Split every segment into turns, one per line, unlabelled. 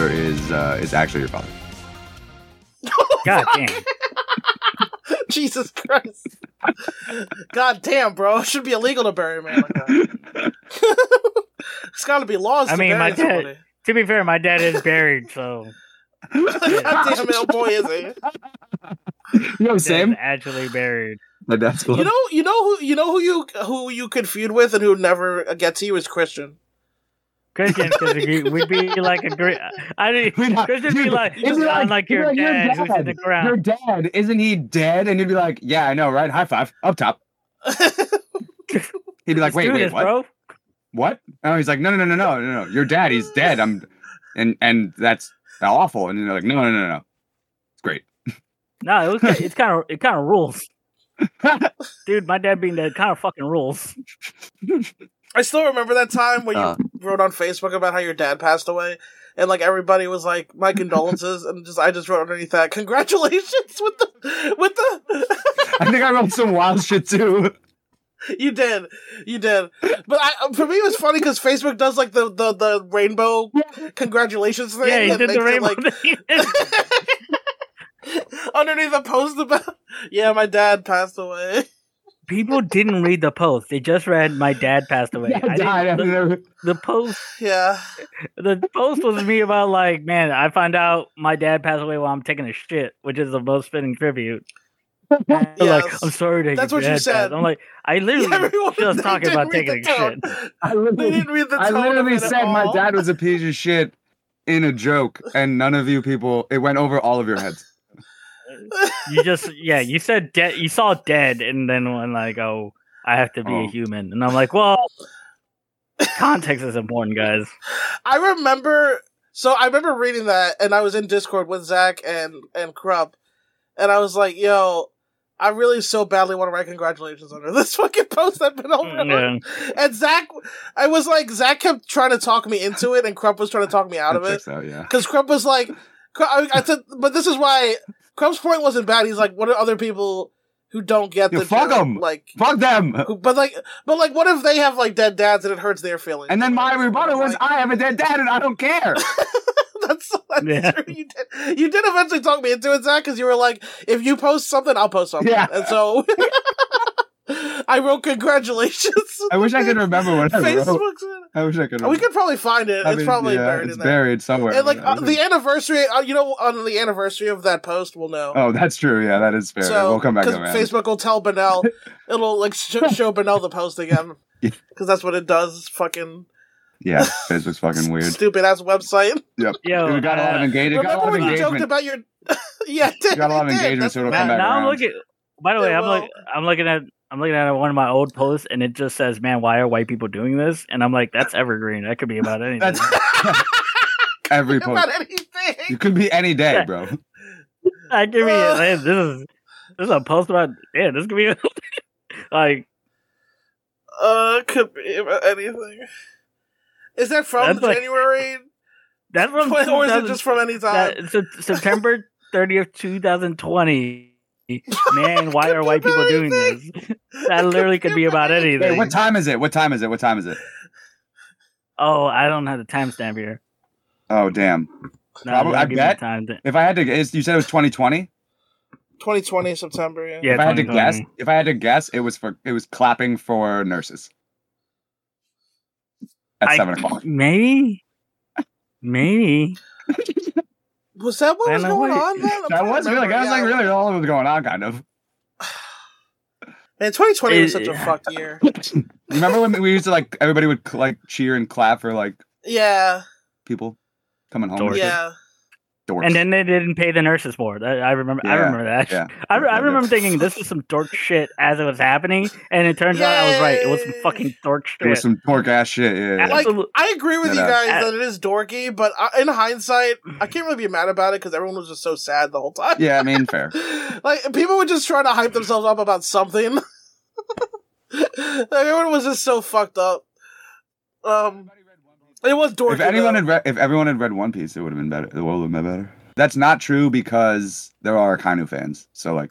is uh, is actually your father.
God damn.
Jesus Christ. God damn, bro. It should be illegal to bury a man like that. it's got to be laws
I
to
mean,
bury
my dad-
somebody.
To be fair, my dad is buried, so
God damn it, old boy is it?
You know,
dad's
same.
actually buried.
My dad's cool.
You know, you know who you know who you who you could feud with and who never gets you is Christian.
Christian, because we'd be like a great. I
We're
mean,
not-
Christian be
dude,
like,
it'd
you
be
sound
like-
like
it'd be
your
like your
dad who's in the
dad. Your
ground.
dad isn't he dead? And you'd be like, yeah, I know, right? High five, up top. He'd be like,
Let's
wait,
do
wait,
this,
what?
bro.
What? Oh, he's like, no, no, no, no, no, no, no. Your dad, he's dead. I'm, and and that's awful. And they're like, no, no, no, no. It's great.
No, it was. ki- It's kind of. It kind of rules, dude. My dad being dead kind of fucking rules.
I still remember that time when you
Uh.
wrote on Facebook about how your dad passed away, and like everybody was like, "My condolences," and just I just wrote underneath that, "Congratulations" with the with the.
I think I wrote some wild shit too.
you did, you did. But I, for me, it was funny because Facebook does like the the the rainbow congratulations thing.
Yeah, he
that
did the
makes
rainbow.
it, like,
thing.
underneath the post about yeah my dad passed away
People didn't read the post. They just read my dad passed away.
Yeah,
I
I
didn't-
died.
the-
I've never-
the post
yeah
the post was me about like, man, I find out my dad passed away while I'm taking a shit, which is the most fitting tribute. And they're Like,
Yes.
I'm sorry to
That's
your
what you
dad
said.
passed." I'm like, I literally
everyone
just
they
talking
didn't
about
read
taking
the
a
tone.
shit.
I
they
literally,
didn't read the
I
tone of
literally
it at
said my
all.
dad was a piece of shit in a joke, and none of you people. It went over all of your heads.
You just, yeah, you said dead. You saw dead, and then when like, oh, I have to be
Oh.
a human, and I'm like, well, context is important, guys.
I remember. So I remember reading that, and I was in Discord with Zach and and Krupp, and I was like, "Yo, I really so badly want to write congratulations under this fucking post I've been over." and over."
Mm, Yeah.
And Zach, I was like, Zach kept trying to talk me into it, and Krupp was trying to talk me out of
I
it.
think So yeah.
because Crump was like, Kru- I, I said, but this is why Crump's point wasn't bad. He's like, what are other people who don't get
Yeah,
the
fuck
joke,
'em.
Like,
Fuck them.
who- but like, but like, what if they have like dead dads and it hurts their feelings?
And then my rebuttal was,
Like,
I have a dead dad, and I don't care.
that's, that's
Yeah.
true. You did, you did eventually talk me into it, Zach, because you were like, if you post something, I'll post something.
Yeah.
And so I wrote congratulations.
I wish I could remember what I wrote.
Facebook's.
I wish I could. Remember.
Uh, We could probably find it.
I
it's
mean,
probably
yeah,
buried
it's
in there.
buried somewhere.
And like
I
uh,
mean,
the anniversary, uh, you know, on the anniversary of that post, we'll know.
Oh, that's true. Yeah, that is fair.
so
we'll come back to
'cause
that.
Facebook will tell Benel, it'll like sh- show Benel the post again
Yeah.
because that's what it does. it's Fucking
Yeah, Facebook's fucking weird.
stupid ass website.
Yo,
we got a lot of
uh,
engagement. Got a lot
Remember
of
when you joked
engagement.
about your? yeah, it did,
Got a lot of
it did,
engagement,
that's
so it'll
what
come
now,
back
now I'm
around.
looking. By the way,
Yeah,
I'm like, I'm looking at, I'm looking at one of my old posts, and it just says, "Man, why are white people doing this?" And I'm like, "That's evergreen. That could be about anything."
That's every
happened
post.
about anything.
You could be any day,
Yeah.
bro.
I give me
Uh.
man, this is this is a post about yeah, this could be like
Uh, could be about anything. Is that from
That's like-
January,
that's from
or is it
2000
just from any time?
that, Sep- September thirtieth, two thousand twenty. Man, why
Could
are
be
white people
about
doing this?
anything.
That literally could be about anything.
Wait, what time is it? What time is it? What time is it?
oh, I don't have the timestamp here.
Oh, damn.
No,
Probably-
don't
I
give me
bet.
Time to,
If I had to, guess, you said it was 2020.
2020 September. Yeah.
yeah,
if I had to
2020.
guess, if I had to guess, it was for it was clapping for nurses at
I-
seven o'clock.
Maybe. Maybe.
Was that what
Man,
was
I
going
wait.
on then? I'm
I
trying to
was really,
remember,
I was
yeah.
like, really, all of what's going on, kind of.
Man, 2020 was
It-
such a fucked year.
Remember when we used to like everybody would like cheer and clap for like
Yeah,
people coming home?
Dorks.
yeah.
Dorks.
And then they didn't pay the nurses for it. I, I remember. I
Yeah,
remember that.
yeah.
I, re- I
Yeah,
remember
yeah.
thinking this was some dork shit as it was happening, and it turns out I was right. It was some
Yay.
fucking dork shit.
There was some dork ass shit. Yeah, yeah, yeah.
Like,
Absolute-
I agree
No,
with you
no.
guys
Uh,
that it is dorky, but I, in hindsight, I can't really be mad about it because everyone was just so sad the whole time.
Yeah, I mean, fair.
Like people were just trying to hype themselves up about something. Like, everyone was just so fucked up. Um, it was dorky.
If anyone
though.
had read, if everyone had read One Piece, it would have been better. The world would have been better. That's not true because there are Kainu fans. So like,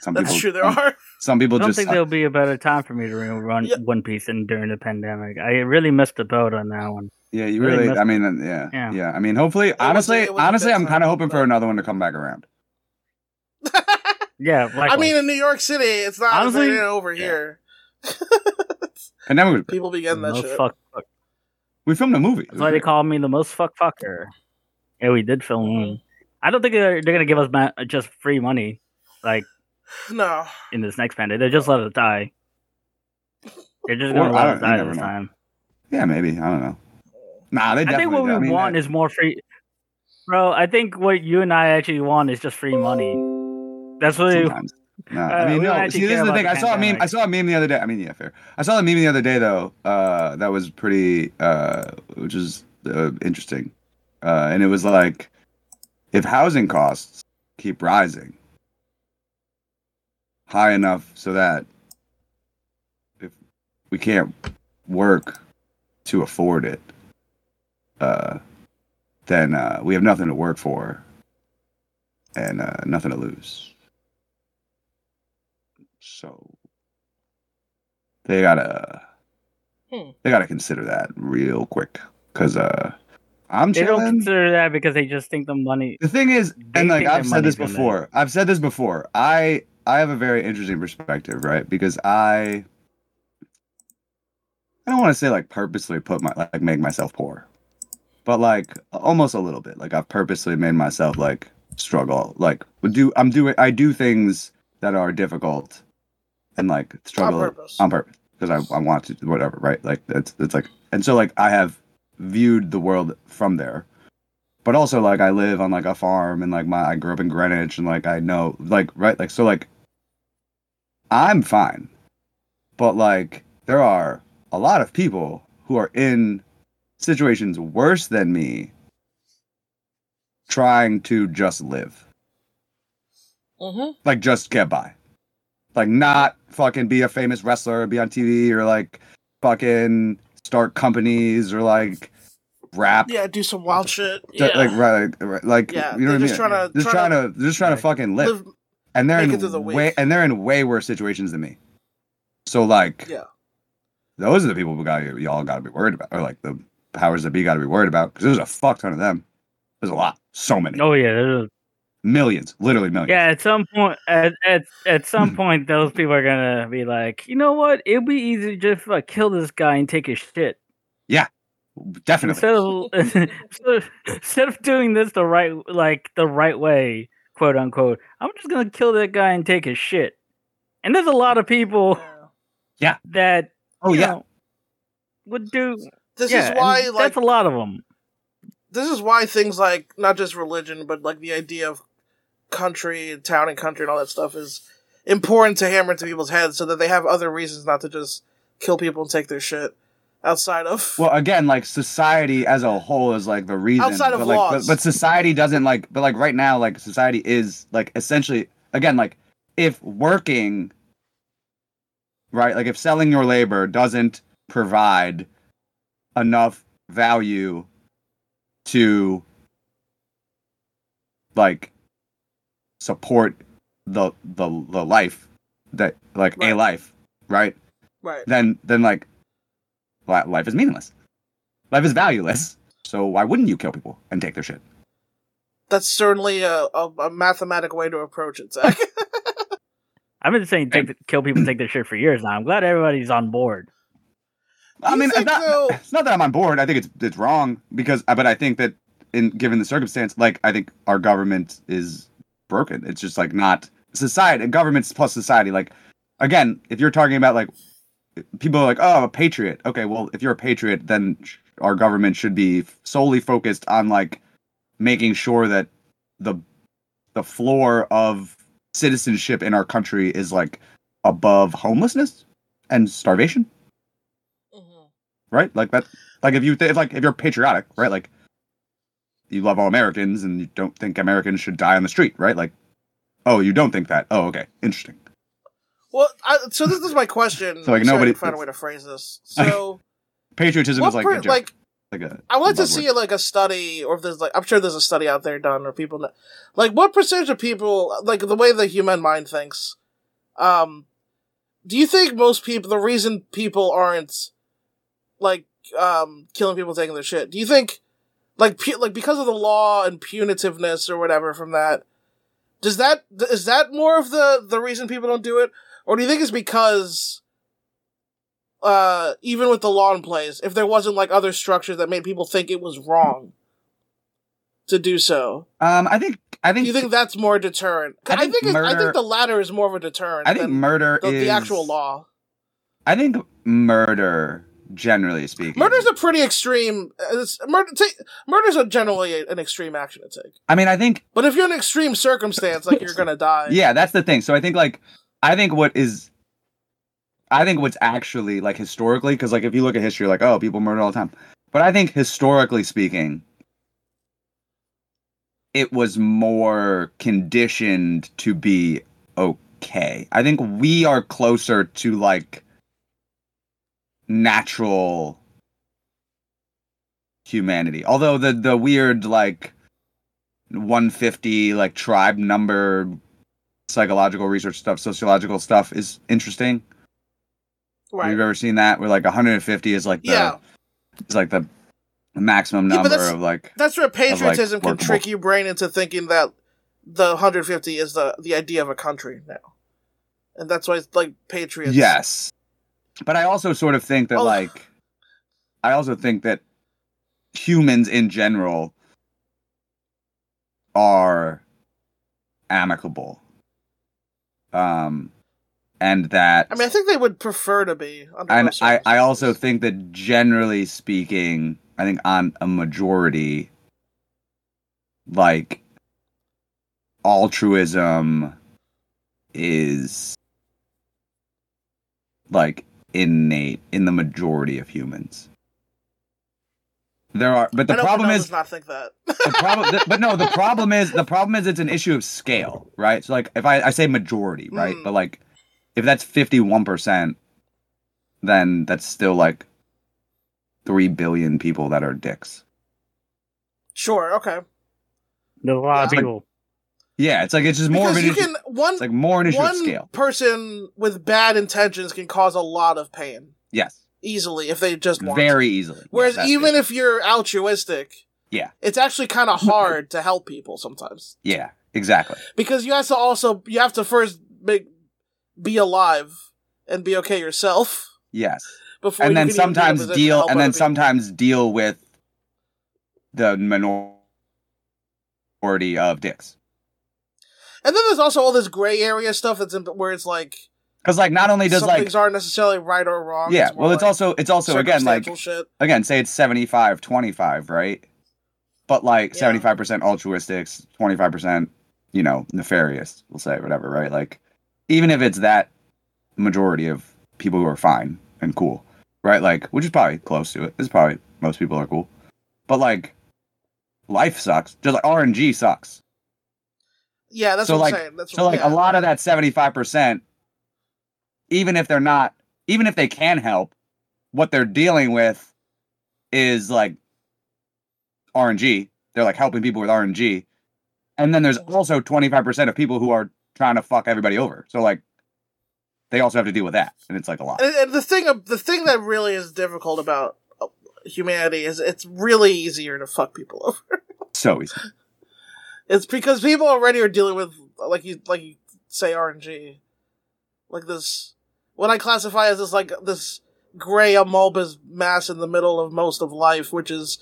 some
that's
people,
true. There
some,
are.
some people
I don't
just
think there'll be a better time for me to rerun
Yeah.
One Piece and during the pandemic. I really missed the boat on that one.
Yeah, you
I think
really.
that's-
I mean, uh, yeah,
Yeah.
yeah. I mean, hopefully,
was a-
honestly,
it was a
honestly,
good
I'm kind
time,
of hoping
but-
for another one to come back around.
Yeah,
I
likewise.
mean, in New York City, it's not as
Honestly,
it is over
yeah.
here.
And then we,
People be
The
getting that
most
shit.
fuck, fuck.
we filmed a movie.
That's why they call me the most fuck fucker. Yeah, we did film.
Mm-hmm.
one. I don't think they're, they're gonna give us ma- just free money, like
No,
in this next mandate. They just let us die. They're just
Or-
gonna
I
let us
don't- you
die
never
this
know.
time.
Yeah, maybe. I don't know. Nah, they
I
definitely.
think what we
I mean,
want
that-
is more free. Bro, I think what you and I actually want is just free money. That's what. we-
sometimes. Nah,
Uh,
I mean,
we don't
no.
actually
See, this
care
is the
about
thing.
the
I saw a meme.
pandemic.
I saw a meme the other day. I mean, yeah, fair. I saw a meme the other day though. Uh, that was pretty, uh, which is uh, interesting, uh, and it was like, if housing costs keep rising high enough so that if we can't work to afford it, uh, then uh, we have nothing to work for and uh, nothing to lose. So they gotta
Hmm.
they gotta consider that real quick because uh, I'm
They don't
chilling.
consider that because they just think the money.
the thing is,
They
and like
think
I've
their
said this
money's in
before, I've said this before. I I have a very interesting perspective, right? Because I I don't want to say like purposely put my like make myself poor, but like almost a little bit. Like I've purposely made myself like struggle. Like do I'm doing I do things that are difficult and like
on
struggle
purpose.
on purpose because I, I want to whatever right like it's it's like and so like i have viewed the world from there but also like i live on like a farm and like my i grew up in greenwich and like i know like right like so like i'm fine but like there are a lot of people who are in situations worse than me trying to just live
Mhm.
like just get by like not fucking be a famous wrestler be on tv or like fucking start companies or like rap
Yeah, do some wild shit.
D-
Yeah.
like right, like, like
Yeah,
you know
they're
what i mean
just tryna-
just
tryna
trying to just trying
Right.
to fucking live,
Live-
and they're
make it through the
in
week.
way and they're in way worse situations than me so like
Yeah.
those are the people we got y'all got to be worried about or like the powers that be got to be worried about because there's a fuck ton of them there's a lot so many
Oh yeah, there's-
millions literally millions
yeah. At some point, at, at at
Hmm.
some point, those people are gonna be like, you know what? It'd be easy to just like kill this guy and take his shit
definitely
instead of instead of- instead of doing this the right like the right way, quote unquote. I'm just gonna kill that guy and take his shit. And there's a lot of people
Yeah.
that
oh
you
yeah
know, would do.
This
yeah,
is why,
and
like,
that's a lot of them.
this is why things like not just religion, but like the idea of country and town and country and all that stuff is important to hammer into people's heads so that they have other reasons not to just kill people and take their shit outside of
Well, again, like society as a whole is like the reason.
Outside of
but, like, but-
laws.
But, society doesn't like. But like right now, like society is like essentially again like if working, right? Like if selling your labor doesn't provide enough value to like support the the the life that like a
Right.
life, right?
right
then then like li- life is meaningless. Life is valueless. So why wouldn't you kill people and take their shit?
that's certainly a, a, a mathematic way to approach it Zach.
I've been saying take, kill people, take their shit for years now. I'm glad everybody's on board.
I
You
mean,
think
it's not,
though-
it's not that I'm on board. I think it's it's wrong because, uh, but I think that in given the circumstance, like I think our government is broken. It's just like not society, governments plus society. Like again, if you're talking about like people are like, oh, I'm a patriot. Okay, well, if you're a patriot, then sh- our government should be solely focused on like making sure that the the floor of citizenship in our country is like above homelessness and starvation right? Like that. Like if you th- if like if you're patriotic, right? Like you love all Americans and you don't think Americans should die on the street, right? Like, oh, you don't think that? Oh, okay, interesting.
well I, so this is my question
So, like,
I'm trying
nobody-
to find a way to phrase this so
Patriotism
what
is like
per-
a joke, like,
like
a.
I want to
buzzword.
see like a study, or if there's like, I'm sure there's a study out there done, or people know, like what percentage of people, like the way the human mind thinks. Um, do you think most people, the reason people aren't like um, killing people, taking their shit. Do you think, like, pu- like because of the law and punitiveness or whatever from that, does that th- is that more of the the reason people don't do it, or do you think it's because, uh, even with the law in place, if there wasn't like other structures that made people think it was wrong to do so,
Um, I think I
do
think
you think that's more deterrent?
I
I
think
think it's- I
murder-
think the latter is more of a deterrent.
I think
than
murder
the,
is
the actual law.
I think murder, generally speaking,
Murder's a pretty extreme. uh, It's, murder, ta- murder's a generally an extreme action to take.
I mean, I think
But if you're in an extreme circumstance, like you're gonna die.
yeah, that's the thing. So I think like I think what is I think what's actually like historically because like if you look at history, like oh, people murder all the time. But I think historically speaking, it was more conditioned to be okay. I think we are closer to like natural humanity. Although the the weird like 150 like tribe number psychological research stuff, sociological stuff is interesting.
right.
Have you ever seen that? Where like 150 is like the
yeah,
is like the maximum
Yeah, but
number
that's-
of like
that's where patriotism can
workable-
trick your brain into thinking that the 150 is the the idea of a country now, and that's why it's like patriots.
yes. But I also sort of think that
Oh.
like I also think that humans in general are amicable. Um and that
I mean, I think they would prefer to be. Under
and
those
I, I also
circumstances.
think that generally speaking, I think on a majority, like altruism is like innate in the majority of humans. There are, but the
I know
problem
Fernando
is
does not think that.
the problem, th- but no, the problem is the problem is it's an issue of scale, right? So like if I, I say majority, right?
Mm.
But like if that's fifty one percent, then that's still like three billion people that are dicks.
sure. Okay.
There's a lot of
Yeah.
people.
Yeah, it's like it's just more of
because
an
you
issue.
can one
It's like more an issue of
one
scale.
person with bad intentions can cause a lot of pain
Yes,
easily if they just want.
very easily.
Whereas even if you're altruistic,
Yeah.
it's actually kind of hard to help people sometimes
yeah, exactly.
because you have to also you have to first make be alive and be okay yourself
Yes,
before. you
and then
can even be in a
sometimes
position to
deal,
help
and then
other people.
sometimes deal with the minority of dicks.
And then there's also all this gray area stuff that's in, where it's like
Because like not only does
some
like
things aren't necessarily right or wrong.
yeah
more
well it's
like
also it's also again like
circumstantial shit.
again say it's 75 25 right but like
Yeah.
75% altruistic 25% you know nefarious we'll say whatever right like even if it's that majority of people who are fine and cool right like which is probably close to it it's probably most people are cool but like life sucks just like rng sucks
yeah, that's
so,
what
like-
I'm saying. That's
so
what,
like
yeah.
a lot of that 75%, even if they're not, even if they can help, what they're dealing with is like RNG. They're like helping people with RNG. And then there's also 25% of people who are trying to fuck everybody over. So like they also have to deal with that. And it's like a lot.
And, and the thing, uh, the thing that really is difficult about uh, humanity is it's really easier to fuck people over.
So easy.
It's because people already are dealing with like you, like you say RNG, like this. What I classify as this like this gray amorphous mass in the middle of most of life, which is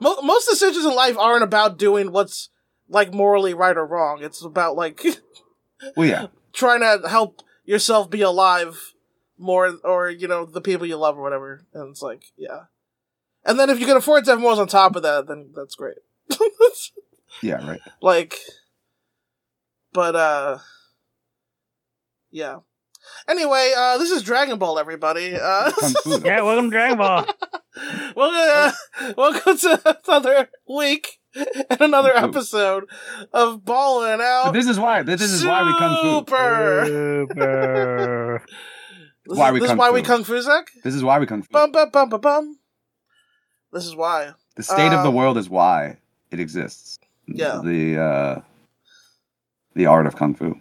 mo- most decisions in life aren't about doing what's like morally right or wrong. It's about like
Well, yeah.
trying to help yourself be alive more or you know the people you love or whatever and it's like yeah and then if you can afford to have more on top of that then that's great
Yeah, right.
like but uh yeah anyway uh this is dragon ball everybody uh
Kung Fu, though.
Yeah, welcome to Dragon Ball.
well, uh, welcome to another week and another
Kung Fu.
episode of balling
But
out
this is why this is why we kung fu.
super
Super.
This
Why
is-
we
this
kung
is why we
fu.
kung fu Zach?
This is why we kung fu.
Bum bum bum bum bum. This is why.
The state of the
um,
world is why it exists.
Yeah.
The uh the art of kung fu.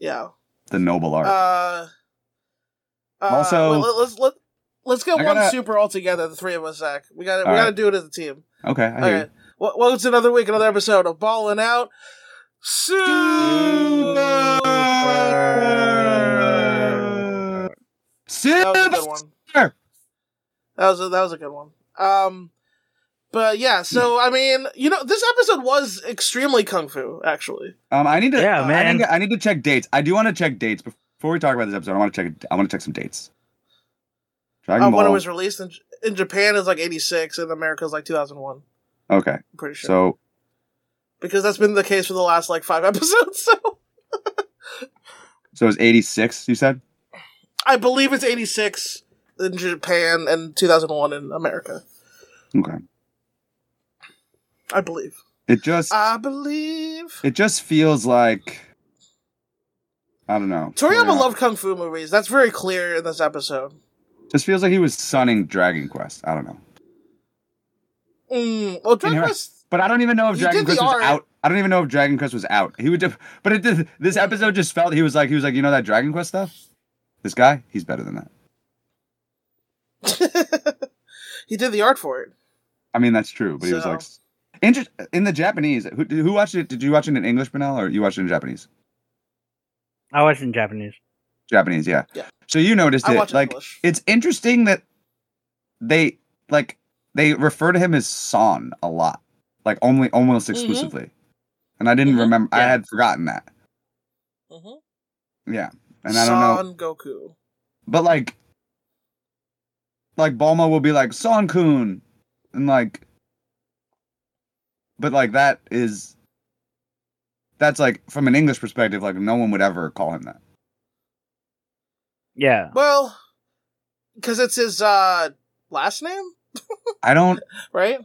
Yeah.
the noble art.
Uh, uh
Also-
well, let, us let Let's get
I
one
gotta-
super all together, the three of us, Zach. We got to we
All
got to
right.
do it as a team.
Okay, I
All
hear
right. Well, welcome to another week, another episode of Balling Out. Super.
you.
That was a good one.
Super.
That was a, that was a good one. Um, but yeah, so I mean, you know, this episode was extremely kung fu, actually.
Um, I need to.
Yeah,
uh, I
man.
need to, I need to check dates. I do want to check dates before we talk about this episode. I want to check. I want to check some dates. Dragon
Um,
Ball.
when it was released in, in Japan is like eighty six, and America is like two thousand one.
okay,
I'm pretty sure
so
because that's been the case for the last like five episodes. So
so it was eighty six. You said
I believe it's eighty six in Japan and two thousand one in America.
okay.
I believe.
It just
I believe.
it just feels like I don't know.
Toriyama
Yeah.
loved kung fu movies. That's very clear in this episode.
Just feels like he was sunning Dragon Quest. I don't know,
Mm, well, Dragon
Yeah.
Quest
but I don't even know if
He
Dragon
did
Quest
the
was
art.
out. I don't even know if Dragon Quest was out. He would, def- but it did, this episode just felt he was like he was like you know that Dragon Quest stuff. This guy, he's better than that.
he did the art for it.
I mean, that's true, but he was
So-
like, inter- in the Japanese. Who, who watched it? Did you watch it in English, Benel, or you watched it in Japanese?
I watched it in Japanese.
Japanese, yeah.
Yeah.
So you noticed
I
it,
watch it in
like
English.
it's interesting that they like they refer to him as Son a lot, like only almost
Mm-hmm.
exclusively, and I didn't
Mhm.
remember. I
Yeah.
had forgotten that.
Mhm.
Yeah, and I don't know,
Son Goku.
but like, like Bulma will be like Son Kun, and like, but like that is. That's like from an English perspective, like no one would ever call him that.
Yeah.
Well, because it's his uh, last name,
I don't.
right?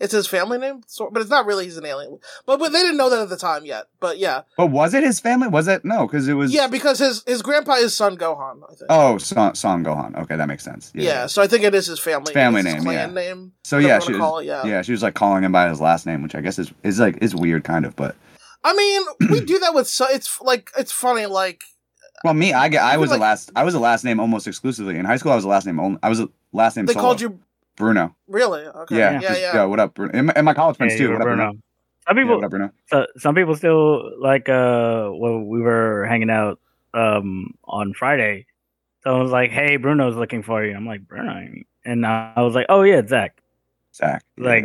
It's his family name, so, but it's not really. He's an alien, but but they didn't know that at the time yet. But yeah,
But was it his family? Was it no? Because it was.
yeah, because his his grandpa is Son Gohan, I think.
Oh, Son, Son Gohan. Okay, that makes sense.
yeah. So I think it is his family.
It's family
it's
name,
his clan name.
So yeah,
whatever
she
you wanna
was,
call it, yeah.
yeah, she was like calling him by his last name, which I guess is is like is weird, kind of. But
I mean, we do that with. So, it's like it's funny. Like
well, me, I get,
I
I
feel
was
like-
a last, I was a last name almost exclusively in high school. I was a last name only. I was a last name.
they
solo.
called you
Bruno.
really. Okay.
Yeah,
Yeah.
just,
Yeah.
yo, what up, Bruno? And my, and my college friends
Yeah,
too.
you
What up,
were
Bruno?
Bruno. Some
Yeah,
people,
what up, Bruno?
so, some people still like uh when we were hanging out um on Friday. Someone was like, "Hey, Bruno's looking for you." I'm like, "Bruno," and I I was like, "Oh yeah, Zach."
Zach.
Like-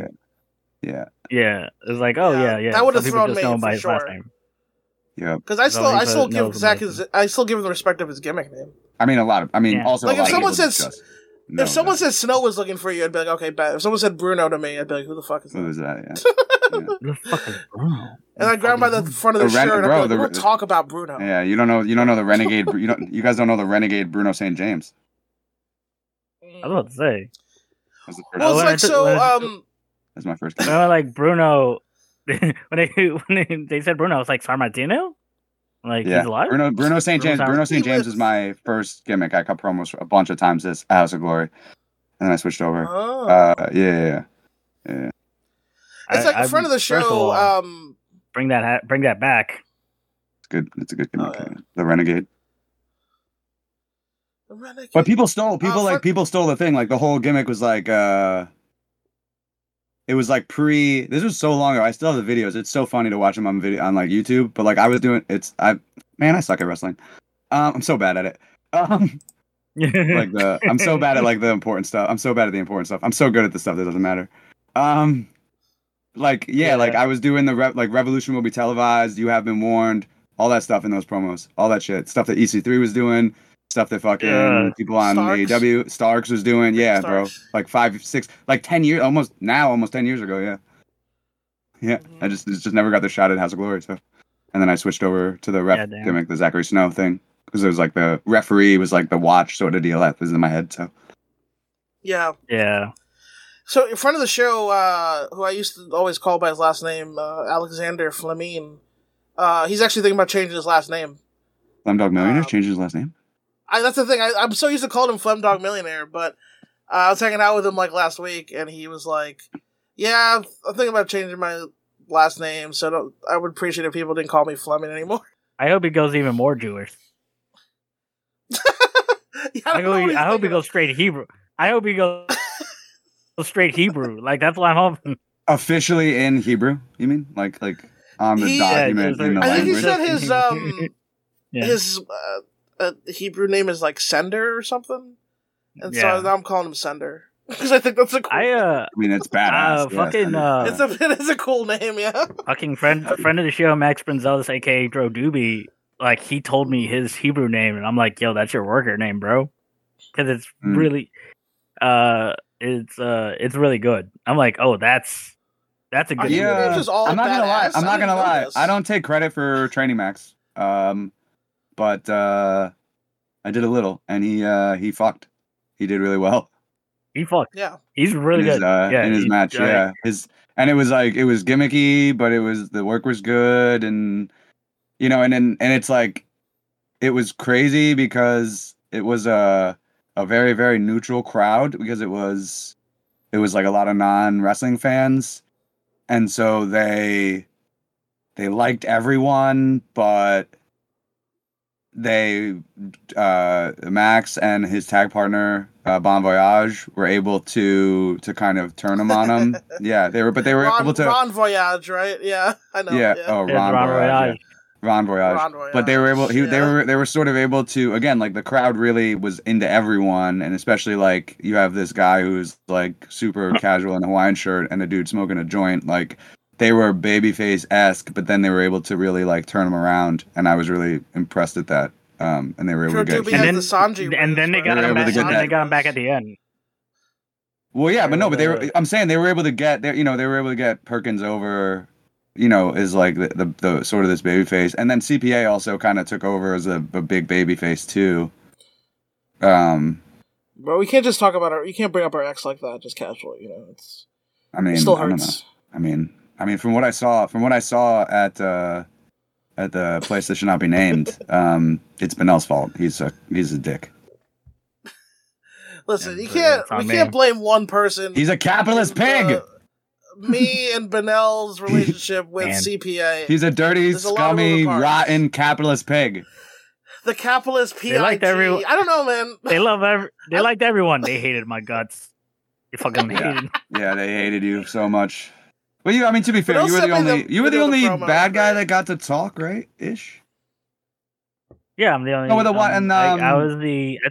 yeah,
Yeah, it's like, "Oh
Yeah,
yeah, yeah."
that would've
Some people
thrown
just
me
know him
for
by his last
sure.
name.
yeah.
Because I still,
No,
I
he's a-
still
no,
give
he's a
Zach
American.
his, I still give him the respect of his gimmick name.
I mean, a lot of. I mean,
Yeah.
also
Like,
a
if
lot
someone
of people
says-
just know
if someone
that.
said Snow was looking for you, I'd be like, okay, bet. If someone said Bruno to me, I'd be like, who the fuck is that?
Who is that? Yeah.
Who the fuck is Bruno?
And I'd grab him by the front of the,
The ren-
shirt and I'd
bro,
be
the-
like, we'll talk about Bruno.
Yeah, you don't know. You don't know the renegade. Bru- you don't. You guys don't know the renegade Bruno St. James.
I was about to say.
That's, the first,
Well,
Oh,
it's
when I
like,
took-
so,
when I took-
um,
that's my first.
I remember, like Bruno when they when they, they said Bruno, I was like San Martino? Like
yeah,
he's alive?
Bruno Bruno St.
Bruno
James.
San-
Bruno St.
He
James
lives.
was my first gimmick. I cut promos a bunch of times this at House of Glory, and then I switched over.
oh.
Uh, yeah, yeah, yeah, yeah.
it's like
I-
in front of the
first of all,
show. um,
bring that ha- bring that back.
It's good. It's a good
Oh,
gimmick.
yeah.
yeah. The renegade.
the Renegade-
But people stole people
Uh,
like
for-
people stole the thing. Like the whole gimmick was like uh it was like pre this was so long ago. I still have the videos. It's so funny to watch them on video on like YouTube. But like I was doing it's I man, I suck at wrestling. Um I'm so bad at it. Um like the I'm so bad at like the important stuff. I'm so bad at the important stuff. I'm so good at the stuff that doesn't matter. Um like yeah,
Yeah.
like I was doing the rev like Revolution will be televised, you have been warned, all that stuff in those promos. All that shit. Stuff that EC3 was doing, stuff that fucking
Yeah.
people on
Starks.
AEW Starks was doing. Yeah,
Starks.
bro. Like 5 6 like 10 years almost now almost 10 years ago, yeah. Yeah, I
Mhm.
just it's just never got the shot at House of Glory, so and then I switched over to the ref
Yeah, damn.
gimmick, the Zachary Snow thing, because it was like the referee was like the watch sort of DLF is in my head. So
yeah.
yeah.
So in front of the show, uh, who I used to always call by his last name, uh, Alexander Fleming, uh, he's actually thinking about changing his last name.
Slumdog Dog Millionaire
Um,
changed his last name.
I, that's the thing. I, I'm so used to calling him Flem Dog Millionaire, but uh, I was hanging out with him like last week, and he was like, "Yeah, I'm- I'm thinking about changing my last name, so don't, I would appreciate if people didn't call me Fleming anymore."
I hope he goes even more Jewish.
Yeah,
I,
don't know
go,
what he's
I hope he
thinking.
goes straight Hebrew. I hope he goes straight Hebrew. Like that's what I'm hoping.
Officially in Hebrew, you mean? Like like on the
He- Yeah,
document
just like-
in the
I think he
language.
said his um
Yeah.
his uh, uh, Hebrew name is like Sender or something, and
Yeah.
so now I'm calling him Sender because I think that's a cool.
I uh
I mean, it's badass.
Oh,
Uh, fucking, uh,
it's a it's a cool name, yeah.
fucking friend friend of the show Max Brenzelis, aka Dro Doobie, like he told me his Hebrew name, and I'm like, yo, that's your worker name, bro, because it's
Mm.
really, uh, it's uh, it's really good. I'm like, oh, that's that's a
Are
good.
you
Hebrew
yeah.
just all
I'm not gonna lie.
badass?
I'm
I
not
didn't
gonna
know
lie.
this.
I don't take credit for training Max. Um, but uh, I did a little, and he uh he fucked. He did really well
He fucked.
Yeah.
He's really
in his
good.
uh,
yeah,
in his
he-
match.
uh,
yeah, his and it was like it was gimmicky, but it was the work was good, and you know, and then and it's like it was crazy because it was a a very very neutral crowd because it was it was like a lot of non wrestling fans, and so they they liked everyone, but they uh, Max and his tag partner uh, Bon Voyage were able to to kind of turn him on him. yeah, they were, but they were
Ron,
able to.
Ron Voyage, right? Yeah, I know.
yeah,
Yeah,
oh
It's
Ron,
Ron
Voyage, yeah.
Voyage.
Ron Voyage.
Ron Voyage.
But they were able. He, They
yeah.
were. They were sort of able to. Again, like the crowd really was into everyone, and especially like you have this guy who's like super casual in a Hawaiian shirt and a dude smoking a joint. Like they were babyface esque, but then they were able to really like turn him around, and I was really impressed at that. Um, and they were able
Drew
to get.
Doobie
And
has
then-
the Sanji.
and then they
rings, right?
They
got
were
him
able
back.
to get
And they
that.
got him back at the end.
Well, yeah, but no, but they were.
Right.
I'm saying they were able to get. They, you know, they were able to get Perkins over. You know, is like the the, the sort of this baby face, and then CPA also kind of took over as a, a big baby face too. Um,
Bro, we can't just talk about our. You can't bring up our ex like that just casually. You know, it's
I mean,
it still
I don't know.
hurts.
I mean, I mean, from what I saw, from what I saw at uh, at the place that should not be named, um, it's Benel's fault. He's a he's a dick.
Listen,
Yeah,
you
but
can't.
it's on
We
me.
can't blame one person.
He's a capitalist pig.
Uh, me and Benel's relationship with
Man.
CPA.
he's a dirty,
there's a lot of
scummy,
moving parts.
rotten capitalist pig.
the capitalist PIG.
They liked every-
I don't know, man.
They love every. They liked everyone. They hated my guts. They fucking
Yeah.
hated.
Yeah, they hated you so much. Well, you, I mean, to be fair,
Benel
you were the
sent me
only
the-
you were the
Benel
only
the promo,
bad guy
right?
that got to talk, right? Ish.
Yeah, I'm the only.
No, Oh, with the one- and,
like, I
um,
was the. I-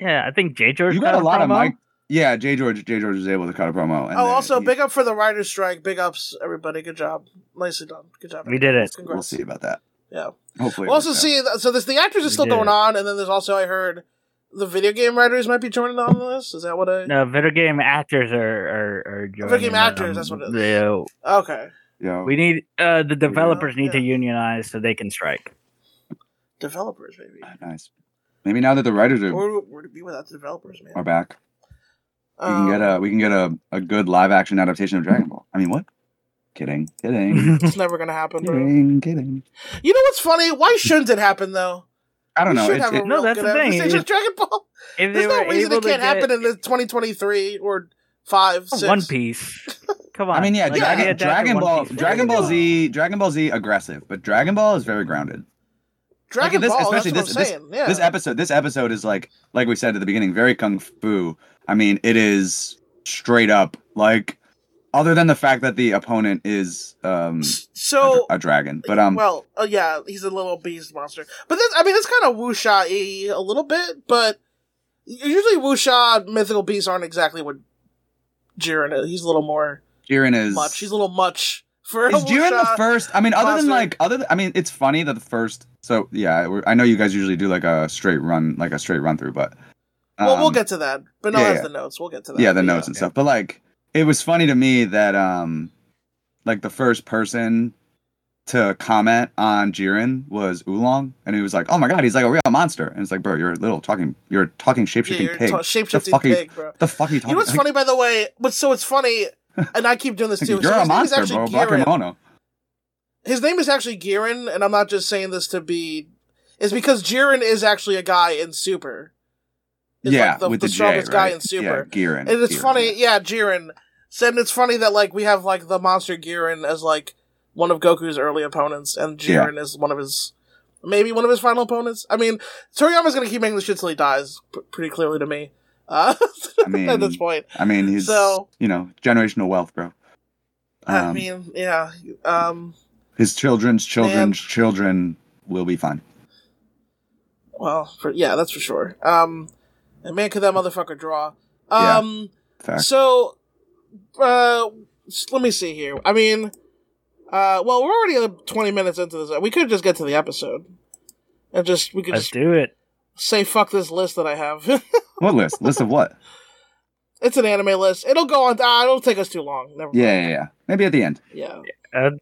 yeah, I think J. George.
You got a
cut
lot of
promo.
mic. Yeah, Jay George. Jay George was able to cut a promo. And
oh,
then
also
he-
big up for the writer's strike. Big ups, everybody. Good job. Nicely done. Good job.
We did it.
Congrats.
We'll see about that.
Yeah.
Hopefully.
We'll
it
also
works out.
see. That, so this the actors
We
is still
did
going
it.
on, and then there's also I heard the video game writers might be joining on this. Is that what I?
No, video game actors are are, are joining. um,
game actors, that's what it is.
the- uh,
Okay.
Yeah.
we need uh, the developers need to
Yeah.
unionize so they can strike.
Developers, maybe.
Nice. Maybe now that the writers are,
Where where to be without the developers, man?
are back, we can
Um,
get a we can get a, a good live action adaptation of Dragon Ball. I mean, what? Kidding, kidding,
It's never gonna happen, bro.
kidding, kidding.
You know what's funny? Why shouldn't it happen though?
I don't
We
know.
should
It,
have a
it,
No,
real
that's
good
the thing.
adaptation of
It-
Dragon Ball.
If
There's
they
no
were
reason it
able to get
can't
Oh,
happen in the 2023 or five, six.
One Piece. Come on.
I mean, yeah,
like,
Dragon,
they adapted
Dragon
One
Ball,
Piece.
Dragon Ball Z, Dragon Ball Z, aggressive, but Dragon Ball is very grounded.
Dragon
Like, this-
Ball. That's
especially
what
this-
I'm
this-
saying. yeah.
This episode, this episode is like, like we said at the beginning, very kung fu. I mean, it is straight up like, other than the fact that the opponent is um a, dra-
so
a dragon, but um,
well, oh yeah, he's a little beast monster. But this, I mean, it's kind of wuxia y a little bit, but usually wuxia mythical beasts aren't exactly what Jiren is. He's a little more
Jiren is
much. He's a uh, little much for a
Is Jiren the
wuxia.
first? I mean, other than
monster.
like, other than, I mean, it's funny that the first. So yeah, we're, I know you guys usually do like a straight run, like a straight run through, but
well, we'll
um,
get to that. But no,
yeah,
that's
yeah.
the notes. We'll get to that.
yeah the
But
notes and stuff. But like, it was funny to me that um, like the first person to comment on Jiren was Oolong, and he was like, "Oh my god, he's like a real monster," and it's like, bro, you're a little talking, you're a talking
Yeah,
shapeshifting
you're
pig.
ta-
What The
shapeshifting
fuck are you-
pig, bro.
the fuck are you talking?
You know what's
like,
funny, by the way? But so it's funny, and I keep doing this too.
You're
so
a
his name is
monster,
actually
bro. Black
Jiren.
kimono.
his name is actually Jiren, and I'm not just saying this to be. Is because Jiren is actually a guy in Super. Is
Yeah,
like the,
with
the
the J,
strongest guy
right?
in Super.
Yeah, Jiren.
and it's
Jiren,
funny,
yeah.
yeah, Jiren. So, and it's funny that like we have like the monster Jiren as like one of Goku's early opponents, and Jiren is one of his Maybe one of his final opponents. I mean, Toriyama's gonna keep making the shit till he dies. p- pretty clearly to me. Uh,
I mean,
at this point,
I mean, he's
So-
you know generational wealth, bro.
I
Um,
mean, yeah. Um,
his children's children's
Man.
children will be fine.
well, for, yeah, that's for sure. Um, and man, could that motherfucker draw?
Yeah.
Um.
Fact.
So, uh, s- let me see here. I mean, uh, well, we're already uh, twenty minutes into this. We could just get to the episode, and just we could
Let's
just
do it.
say fuck this list that I have.
What list? list of what?
it's an anime list. It'll go on. Ah, it'll take us too long. Never.
Yeah, yeah, yeah. Maybe at the end.
Yeah.
Uh,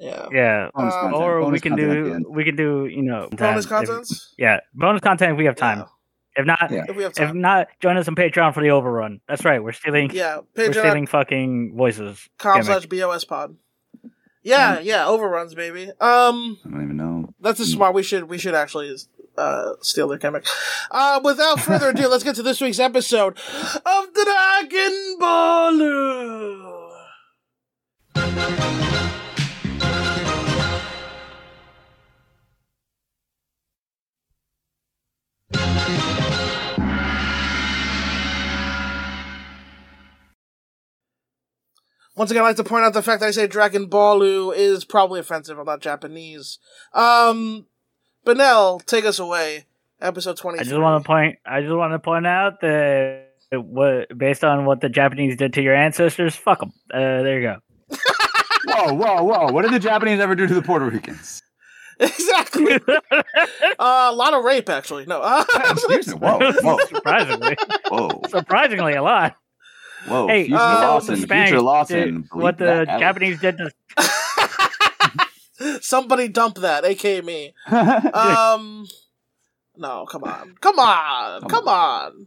Yeah.
Yeah.
Bonus
Uh,
content.
Or we
Bonus
can
content at the
do
end.
we can do you know
Bonus
time if-
contents.
yeah, bonus content if we have time. If not,
Yeah.
Yeah, If we have
if
time.
not, join us on Patreon for the overrun. That's right. We're stealing.
Yeah.
We're
Patreon.
stealing fucking voices.
com
Damn it.
slash bos pod. Yeah. Yeah. Overruns, baby. Um.
I don't even know.
That's a smart. We should we should actually uh, steal their gimmick. Uh, without further ado, let's get to this week's episode of Dragon Ball. Once again, I'd like to point out the fact that I say Dragon Ballu is probably offensive. I'm not Japanese. Um, Benel, take us away. Episode 20.
I just want to point. I just want to point out that what based on what the Japanese did to your ancestors, fuck them. Uh, there you go.
Whoa, whoa, whoa! What did the Japanese ever do to the Puerto Ricans?
Exactly. Uh, a lot of rape, actually. No. Uh,
Excuse me. Whoa, whoa,
surprisingly,
whoa,
surprisingly, a lot.
whoa!
Hey,
future
uh, what the
Lawson,
Spanish
future
did-
Lawson.
what
bleep
the
that out.
Japanese did to
somebody dump that, aka me.
Uh,
Um, no, come on, come on,
Come
come on.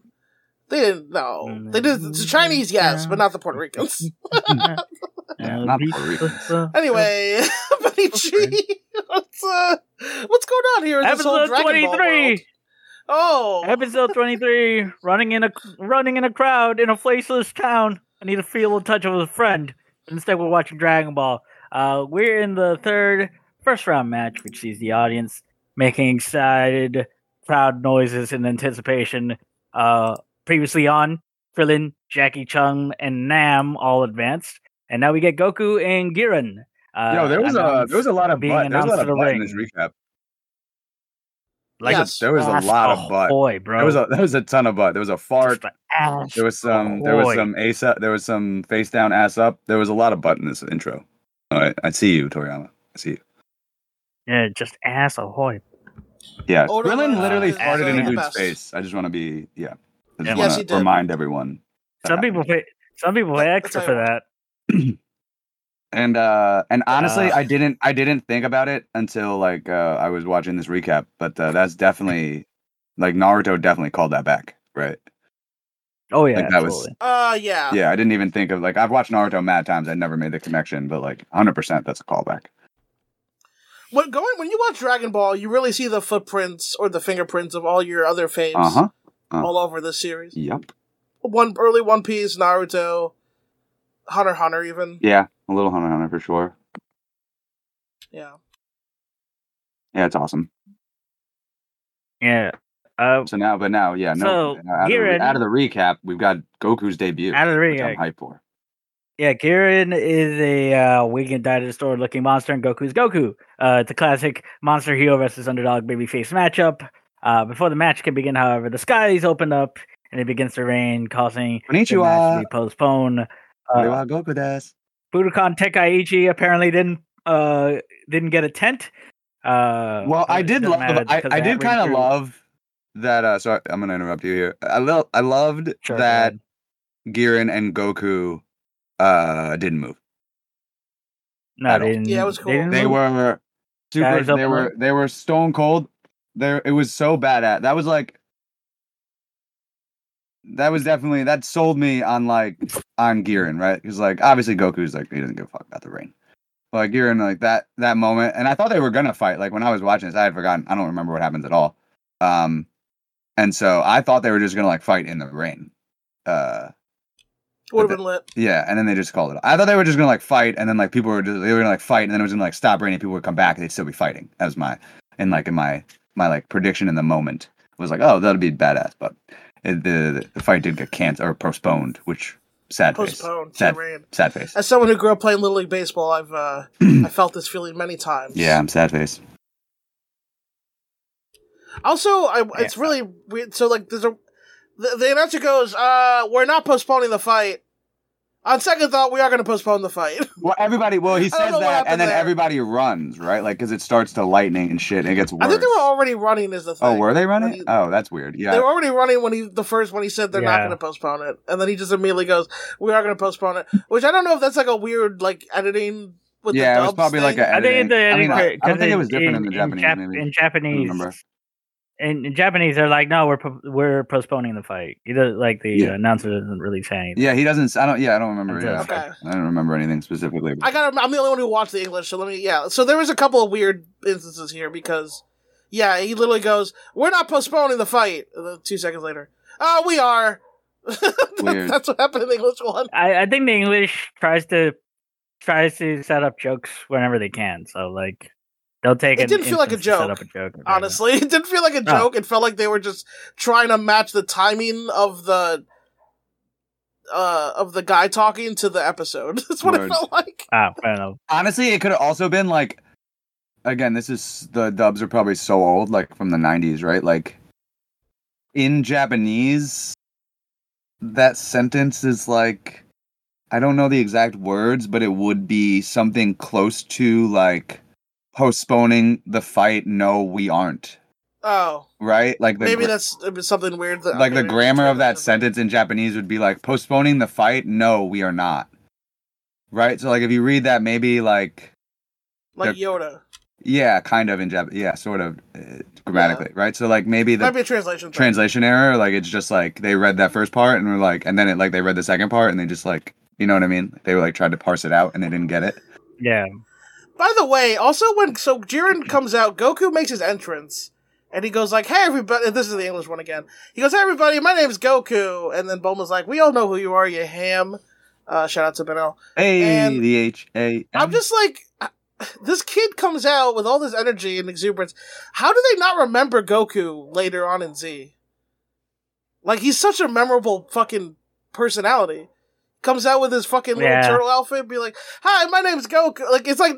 They didn't. No, they did.
Mm-hmm.
The Chinese, yes, but not the Puerto Ricans.
Yeah, not Puerto Ricans.
uh,
Anyway, Benichi, what's uh, what's going on here? in this whole
Episode
Dragon
twenty
Ball world?
three.
Oh,
Episode twenty three. Running in a running in a crowd in a faceless town. I need to feel the touch of a friend. Instead, we're watching Dragon Ball. Uh, we're in the third first round match, which sees the audience making excited, proud noises in anticipation. Uh, previously on Krillin, Jackie Chung, and Nam all advanced, and now we get Goku and Giran. Uh,
Yo, there was a
announced-
there was a lot of
being
butt. There was a
announced
lot
to
of
the
butt in
ring.
this recap.
like
Yeah.
a
There was a
ass-
lot of
oh,
butt.
Boy, bro, ah,
There was a there was a ton of butt. There was a fart.
Just an ass.
There was some there was
Ahoy.
some ace up. There was some face down ass up. There was a lot of butt in this intro. All right, I see you, Toriyama. I see you.
Yeah, just ass ahoy.
Yeah,
Oda
Krillin
was
literally
the
farted in a
best.
dude's face. I just want to be yeah. I
Yeah.
just
Yes, he
want
did.
to remind everyone. that
Some people
happened.
pay. Some people pay
That-
extra
that's
for that.
and uh and honestly
Uh.
i didn't i didn't think about it until like uh i was watching this recap but uh, that's definitely like naruto definitely called that back right
Oh yeah,
Like, that was-
absolutely.
uh, yeah,
yeah i didn't even think of like i've watched naruto mad times i never made the connection but like 100% that's a callback
When going when you watch Dragon Ball, you really see the footprints or the fingerprints of all your other faves
uh-huh
all over this series.
yep
One early One Piece, Naruto, Hunter x Hunter, even
yeah a little hunter x hunter for sure
yeah.
yeah it's awesome
Yeah. Uh,
so now but now yeah no
So,
now out, of the, re-
Jiren-
out of the recap we've got goku's debut
out of the
which i'm
ring.
hyped for
Yeah, Kieran is a uh, weak and die to the store looking monster, and Goku's Goku. Uh, it's a classic monster hero versus underdog babyface matchup. Uh, before the match can begin, however, the skies open up and it begins to rain, causing the match to
konnichiwa
be postponed. Uh,
Konnichiwa, goku des
Budokan Tenkaichi apparently didn't uh didn't get a tent. Uh,
well
but
i
it
did
doesn't
love
matter
i,
because
I
that
did
ring
kind of
crew-
love that uh sorry i'm gonna interrupt you here i love i loved
Sure, go
that
ahead.
Giran and goku uh didn't move
no,
at
they
all.
didn't,
Yeah, it was
they
cool.
didn't
they
move?
were super
Guys up
they were they were stone cold there it was so bad at that was like that was definitely that sold me on like on Giran, right? Because like obviously Goku's like he doesn't give a fuck about the rain. But like Giran, like that that moment, and I thought they were gonna fight. Like when I was watching this, I had forgotten. I don't remember what happens at all. Um, and so I thought they were just gonna like fight in the rain. Uh,
Would
But
have been lit.
yeah, and then they just called it. I thought they were just gonna like fight, and then like people were just, they were gonna like fight, and then it was gonna like stop raining. People would come back, and they'd still be fighting. That was my. and like in my my like prediction in the moment was like, oh, that'll be badass, but it, the the fight did get canceled or postponed, which sad
Postponed.
face, sad,
It rained.
sad face.
As someone who grew up playing little league baseball, I've uh, I felt this feeling many times.
Yeah, I'm sad face.
Also, I, it's really weird. So like, there's a the, the announcer goes, uh, "We're not postponing the fight." On second thought, we are going to postpone the fight.
Well, everybody. Well, he
I don't
says
know what
that,
happened
and then
there.
everybody runs right, like because it starts to lightning and shit, and it gets worse.
I think they were already running. Is the thing?
oh, were they running?
When he-
oh, that's weird. Yeah,
They were already running when he the first when he said they're not
Yeah.
going to postpone it, and then he just immediately goes, "We are going to postpone it," which I don't know if that's like a weird like editing with
yeah, it
the dubs
was probably like
thing.
a
I think
editing.
the
I, mean, I- I,
editing-
don't think it was
in-
different in, the
in
Japanese.
Jap-
maybe.
In
I don't remember.
Japanese, in, in Japanese, they're like, "No, we're po- we're postponing the fight." He does, like the
Yeah.
announcer doesn't really say anything.
Yeah, he doesn't. I don't. Yeah, I don't remember. Yeah,
Okay.
I don't remember anything specifically.
I got. I'm the only one who watched the English, so let me. Yeah. So there was a couple of weird instances here because, yeah, he literally goes, "We're not postponing the fight." And then two seconds later, oh, we are.
Weird.
That's what happened in the English one.
I, I think the English tries to tries to set up jokes whenever they can. So like, they'll take
It
an
didn't feel like a
instance to Set
joke,
up a joke. and bring it up.
Honestly, it didn't feel like a
No.
joke. It felt like they were just trying to match the timing of the. Uh, of the guy talking to the episode. That's what
Word.
it felt like.
Ah, I don't know.
Honestly, it could have also been like, again, this is the dubs are probably so old, like from the '90s, right? Like, in Japanese, that sentence is like, I don't know the exact words, but it would be something close to like postponing the fight. No, we aren't.
Oh,
Right? Like the
maybe
gra-
that's it was something weird. That,
like the
okay,
grammar of that
that's-
sentence in Japanese would be like postponing the fight. No, we are not. Right? So like if you read that, maybe like
like Yoda.
yeah, kind of in Jap. Yeah, sort of uh, grammatically, right? So like maybe the
Might be a translation. thing.
translation error, like it's just like they read that first part and were like, and then it like they read the second part and they just like, you know what I mean? They were like tried to parse it out and they didn't get it.
Yeah,
By the way, also when so Jiren comes out, Goku makes his entrance, and he goes like, "Hey everybody!" This is the English one again. He goes, "Hey everybody, my name's Goku," and then Bulma's like, "We all know who you are, you ham." Uh, shout out to Benel.
A
And-
the H A.
I'm just like, uh, this kid comes out with all this energy and exuberance. How do they not remember Goku later on in Z? Like he's such a memorable fucking personality. Comes out with his fucking little
Yeah.
turtle outfit, be like, "Hi, my name's Goku." Like it's like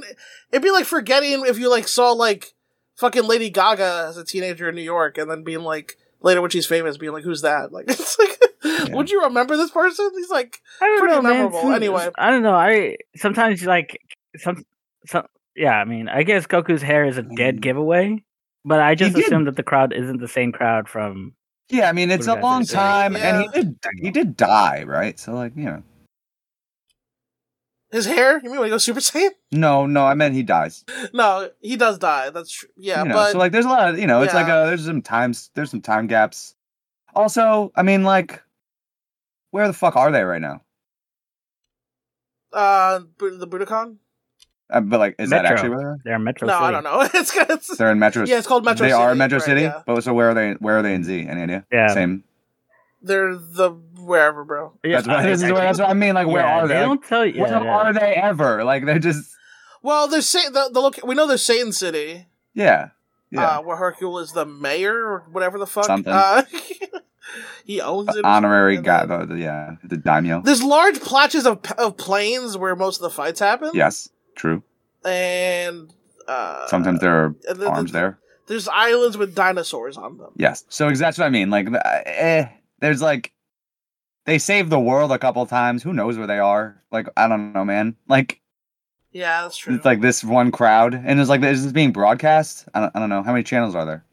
it'd be like forgetting if you like saw like fucking Lady Gaga as a teenager in New York, and then being like later when she's famous, being like, "Who's that?" Like it's like, would you remember this person? He's like,
I don't
Pretty
know, man.
memorable,
Some-
anyway.
I don't know. I sometimes like some some. Yeah, I mean, I guess Goku's hair is a dead
Mm.
giveaway, but I just
did-
assume that the crowd isn't the same crowd from.
yeah, I mean it's a
What did I
long
say?
time, and he
Yeah.
did he did die, right? So like you know,
"His hair? You mean when he goes Super Saiyan?"
no, no, I meant he dies.
No, he does die. That's true. Yeah,
you know,
but
so like there's a lot of you know it's like
Yeah.
uh there's some times there's some time gaps also i mean like where the fuck are they right now
uh, Bu- the Budokan?
uh, but like is that
Metro.
actually where they're at?
They're in Metro.
no, I
City.
don't know. It's, it's
they're in metro
yeah, it's called Metro.
they
City,
are in metro
right,
city
yeah.
but so where are they where are they in z any idea
Yeah.
same
They're the wherever, bro.
Yeah,
that's, what,
I-
this is
I-
where, that's what i mean like where
yeah,
are they,
They
Like,
don't tell you.
where
yeah, yeah.
are they ever like they're just
Well, there's Sa- the the loca- we know there's Satan City,
yeah yeah
uh, where Hercule is the mayor or whatever the fuck.
Something.
Uh, he owns it.
The honorary
and
guy
then-
the, the- yeah the daimyo
There's large patches of of plains where most of the fights happen.
yes true
and uh,
sometimes there are
and then
arms
there's-
there
There's islands with dinosaurs on them.
Yes. So ex- that's what I mean. Like, th- eh, there's like, they saved the world a couple times. Who knows where they are? Like, I don't know, man. Like,
Yeah, that's true.
it's like this one crowd, and it's like, is this being broadcast? I don't, I don't know. How many channels are there?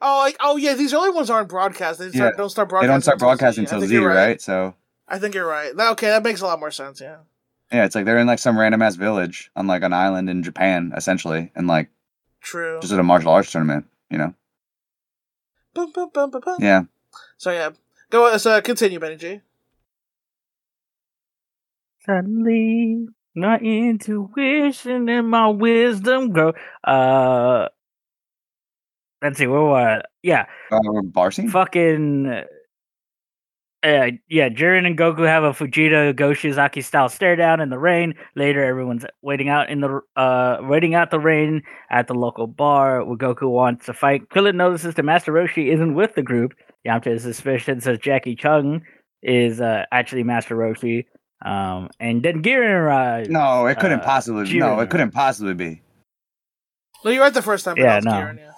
Oh, like, oh yeah, these early ones aren't broadcast. They start,
Yeah.
don't start
They
broadcasting.
don't start broadcasting
I
until
think
Z,
you're
right. So,
I think you're right. That- okay, that makes a lot more sense. Yeah,
yeah, it's like they're in like some random ass village on like an island in Japan, essentially, and like
true.
just at a martial arts tournament, you know?
Bum, bum, bum, bum, bum.
Yeah.
So yeah, go. So continue, Benny G.
Suddenly, my intuition and my wisdom grow. Uh, let's see, where were I? Yeah,
Uh, bar scene?
fucking. Uh, yeah, Jiren and Goku have a Fujita Goshizaki style stare down in the rain. Later, everyone's waiting out in the uh, waiting out the rain at the local bar where Goku wants to fight. Krillin notices that Master Roshi isn't with the group. Yamcha is suspicious and says Jackie Chung is uh, actually Master Roshi. Um, and then Girin arrives.
No, it couldn't
Uh,
possibly. No,
Jiren.
it couldn't possibly be.
No, you're right the first time. but
Yeah,
it's
no.
Kieran, yeah.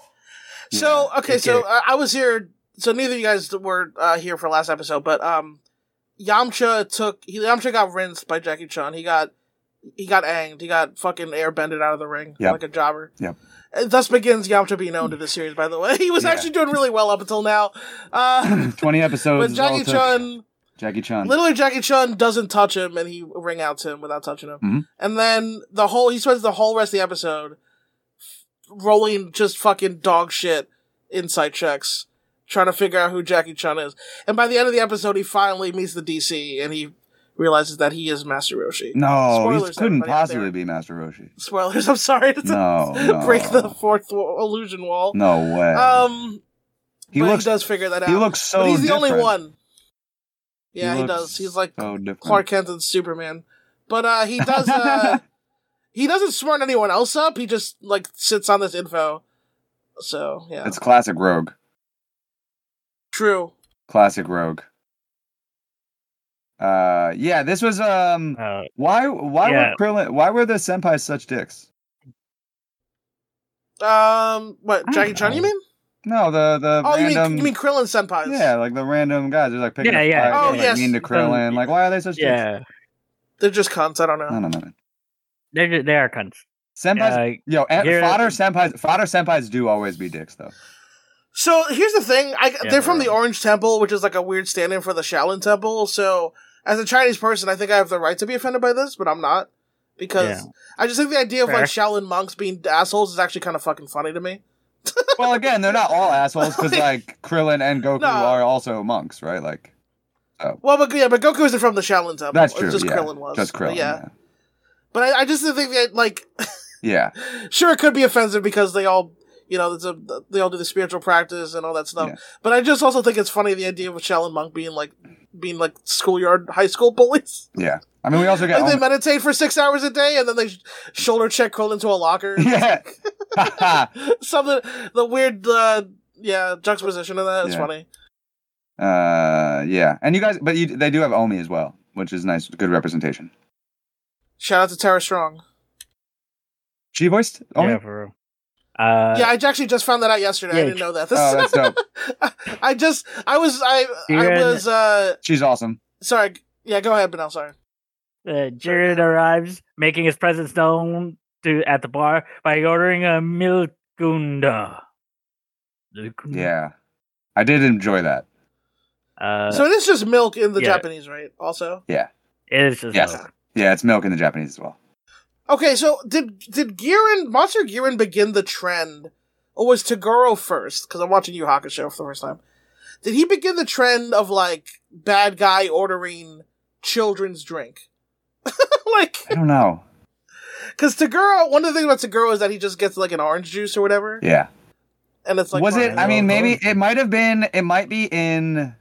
So okay,
it's
so
Kieran.
uh, I was here. So neither of you guys were uh, here for last episode, but um, Yamcha took he, Yamcha got rinsed by Jackie Chan. He got he got anged. He got fucking airbended out of the ring
Yep.
like a jobber.
Yep.
And thus begins Yamcha being owned in this series. By the way, he was
Yeah.
actually doing really well up until now. Uh,
Twenty episodes.
but
is all
Jackie
it took.
Chan.
Jackie Chan.
Literally, Jackie Chun doesn't touch him, and he ring outs him without touching him.
Mhm.
And then the whole he spends the whole rest of the episode rolling just fucking dog shit insight checks, trying to figure out who Jackie Chun is. And by the end of the episode, he finally meets the DC, and he realizes that he is Master
Mm.
Roshi.
no, he
Spoilers,
couldn't
everybody out
possibly
there.
be Master Roshi.
Spoilers. I'm sorry to
No, no.
break the fourth wall, illusion wall.
No way.
Um,
he
but
looks.
he does figure that out.
He looks so.
but he's the only
different.
one. Yeah, he,
looks
does. He's like
so different.
Clark Kent and Superman. But uh, he does. Uh, he doesn't smart anyone else up. He just like sits on this info. So yeah,
it's classic Rogue.
true.
Classic Rogue. Uh, yeah. This was um.
Uh,
Why? Why
Yeah.
were Krillin? Why were the senpais such dicks?
Um, what
I
Jackie
don't
Chan?
know.
You mean?
No, the the
Oh, you
random.
mean you mean Krillin senpais?
yeah, like the random guys. They're like picking.
Yeah,
a
yeah.
fight,
Oh,
like,
yes.
Mean to Krillin. Like, why are they such? dicks?
yeah,
they're just cunts. I don't know.
I don't know. man.
they're ju- they are cunts.
Senpais.
Uh,
Yo, and
here-
fodder senpais. Fodder senpais do always be dicks, though.
So here's the thing. I,
Yeah,
they're from
they're-
the Orange Temple, which is like a weird stand-in for the Shaolin Temple. So as a Chinese person, I think I have the right to be offended by this, but I'm not because
Yeah.
I just think the idea of
Fair.
like Shaolin monks being assholes is actually kind of fucking funny to me.
Well, again, they're not all assholes because like Krillin and Goku
No.
are also monks, right? Like
Well, but yeah, but Goku isn't from the Shaolin Temple.
that's
It's
true.
Just
yeah,
Krillin was.
Just
But
Krillin.
Yeah,
Yeah.
but I, I just think that like
yeah.
sure it could be offensive because they all you know it's a, they all do the spiritual practice and all that stuff
Yeah.
but i just also think it's funny the idea of a shaolin monk being like being like schoolyard high school bullies
I mean, we also get.
like they meditate for six hours a day and then they sh- shoulder check curl into a locker
yeah.
something the weird uh yeah juxtaposition of that is
Yeah.
funny
uh, yeah, and you guys, but you, they do have Omi as well, which is nice, good representation.
shout out to tara strong
She voiced Omi.
yeah, for real. Uh,
yeah i actually just found that out yesterday i
yeah,
didn't know that this
Oh, that's dope.
i just i was i i
Jiren-
was uh
She's awesome.
sorry yeah go ahead Benel, sorry
Uh, Jared arrives, making his presence known to at the bar by ordering a milkunda. Mm-hmm.
Yeah. I did enjoy that.
Uh,
so it is just milk in the
yeah.
japanese right also
it is just
Yes.
milk.
Yeah, it's milk in the Japanese as well.
Okay, so did did Girin Monster Girin begin the trend, or was Tagoro first? Because I'm watching Yu Hakusho for the first time. Did he begin the trend of like bad guy ordering children's drink? like,
I don't know.
because Tagoro, one of the things about Tagoro is that he just gets like an orange juice or whatever,
Yeah.
and it's like
was it?
fine.
I mean, maybe
Oh.
it might have been. It might be in.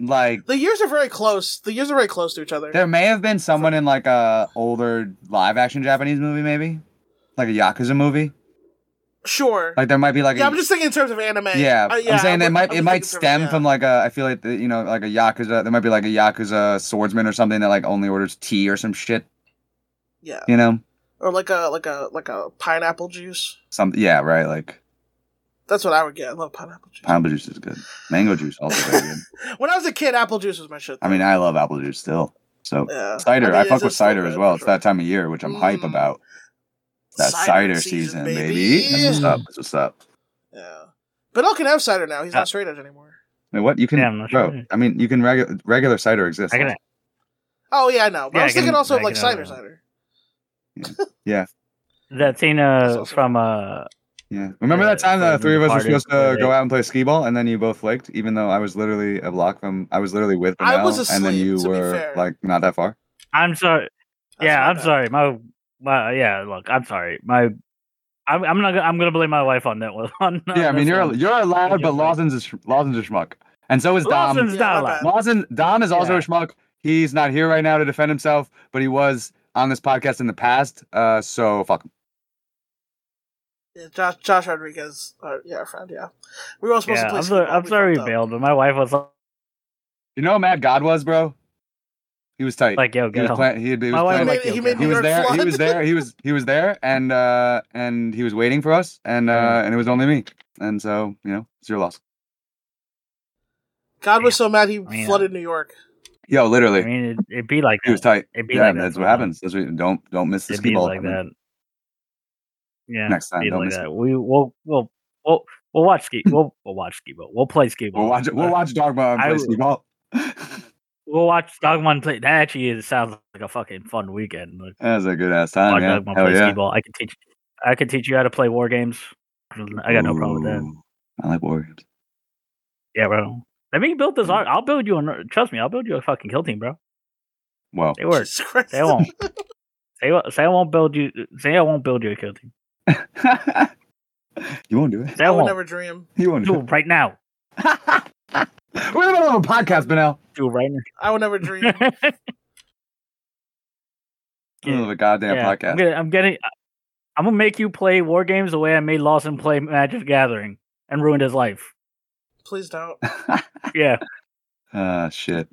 Like
the years are very close. The years are very close to each other.
there may have been someone in like a older live action Japanese movie, maybe like a yakuza movie.
sure.
Like there might be like
yeah,
a,
I'm just thinking in terms of anime.
yeah,
Uh,
I'm saying
I
they
would-
might
I
it
would
might
think in terms
stem
of-
from like a I feel like the, you know like a yakuza there might be like a yakuza swordsman or something that like only orders tea or some shit
yeah, yeah,
you know
or like a like a like a pineapple juice.
something yeah right like
That's what I would get. I love pineapple juice.
pineapple juice is good mango juice also very good
When I was a kid, apple juice was my shit.
I mean, I love apple juice still. So
yeah.
cider,
mean,
I,
it's
fuck with
just so
cider
good,
as well.
for
It's
sure.
that time of year, which I'm hype
Mm.
about. That cider, season, baby. That's what's
Mm.
up. That's what's up.
Yeah, but I can have cider now. He's
Uh,
not straight edge anymore.
I mean, what you can,
Yeah, I'm not
bro?
sure.
I mean, you can regular regular cider exists.
I can,
Oh yeah, I know. But
Yeah,
I
I
was thinking
can-
also of
I
like
can uh,
cider,
have that.
cider.
that scene
That's
uh,
awesome.
from uh,
yeah. Remember that
Yeah,
time
where
the three of us were
parted
supposed
for
to
the-
go out and play skee ball, and then you both flaked, even though I was literally a block from. I was literally with.
I
Benel,
was
and then
asleep,
you
to be
were
fair.
like not that far.
I'm sorry.
That's
yeah,
my
I'm
bad.
sorry. My, my yeah. Look, I'm sorry. My. I'm, I'm not. gonna- I'm gonna blame my wife on that one. on
yeah, I mean,
this
you're
one.
you're allowed,
You're
but
fine.
Lawson's a, sh- Lawson's a schmuck. And so is Dom.
Lawson's
Yeah, my
not allowed.
bad.
Lawson Dom is also
Yeah.
a schmuck. He's not here right now to defend himself, but he was on this podcast in the past. Uh, so fuck him.
Yeah, Josh, Josh Rodriguez, our, yeah, our friend, yeah. We were all supposed
Yeah,
to play.
I'm, so,
Skee-Ball,
I'm
we
sorry we
fucked up.
bailed, but my wife was
You know, who Matt God was bro. He was tight.
like, "Yo,
he
get
was
home."
playing. He, had- he
My
was
wife
He
playing
was
like.
made,
like
he
it,
made
man.
me
He was
Nerd
there. He
Flood.
was there. He was he was there, and uh, and he was waiting for us, and uh,
Yeah.
and it was only me, and so you know it's your loss.
God was so mad he
uh,
Man.
flooded New York.
Yo,
I
literally,
mean, it, it'd be like
he was
that.
tight.
It'd be
Yeah,
like that
that's what happens.
sometimes.
That's what, don't don't miss the
It'd
ski
be
ball
like
I mean,
that. Yeah,
next time.
be
Don't
like
miss it.
that. We will we'll we'll we'll watch ski. We'll we'll watch ski ball. We'll play ski ball.
We'll watch it. We'll
Uh,
watch Dogma and
I
play
will-
ski ball.
We'll watch Dogman play. That actually is, sounds like a fucking fun weekend. Like,
That was a good ass
watch
time. Yeah.
Dogman
Hell
play
yeah.
skee ball. I can teach. I can teach you how to play war games. I got no problem with that.
Ooh, I like war games.
Yeah, bro. Let me build this. ar- I'll build you an. Trust me, I'll build you a fucking kill team, bro.
Well,
They work.
Jesus Christ.
They won't. Say won't. Say I won't build you. Say I won't build you a kill team.
you won't do it.
Say
I
I
would
won't.
never dream.
You won't
Do
do
it right now.
it. We're in the middle of a podcast, Benel.
Do it right
I would never dream.
now.
In the middle of a goddamn
Yeah, I'm,
podcast.
gonna, I'm getting. I'm gonna make you play war games the way I made Lawson play Magic the Gathering and ruined his life.
Please don't.
Yeah,
Ah, shit.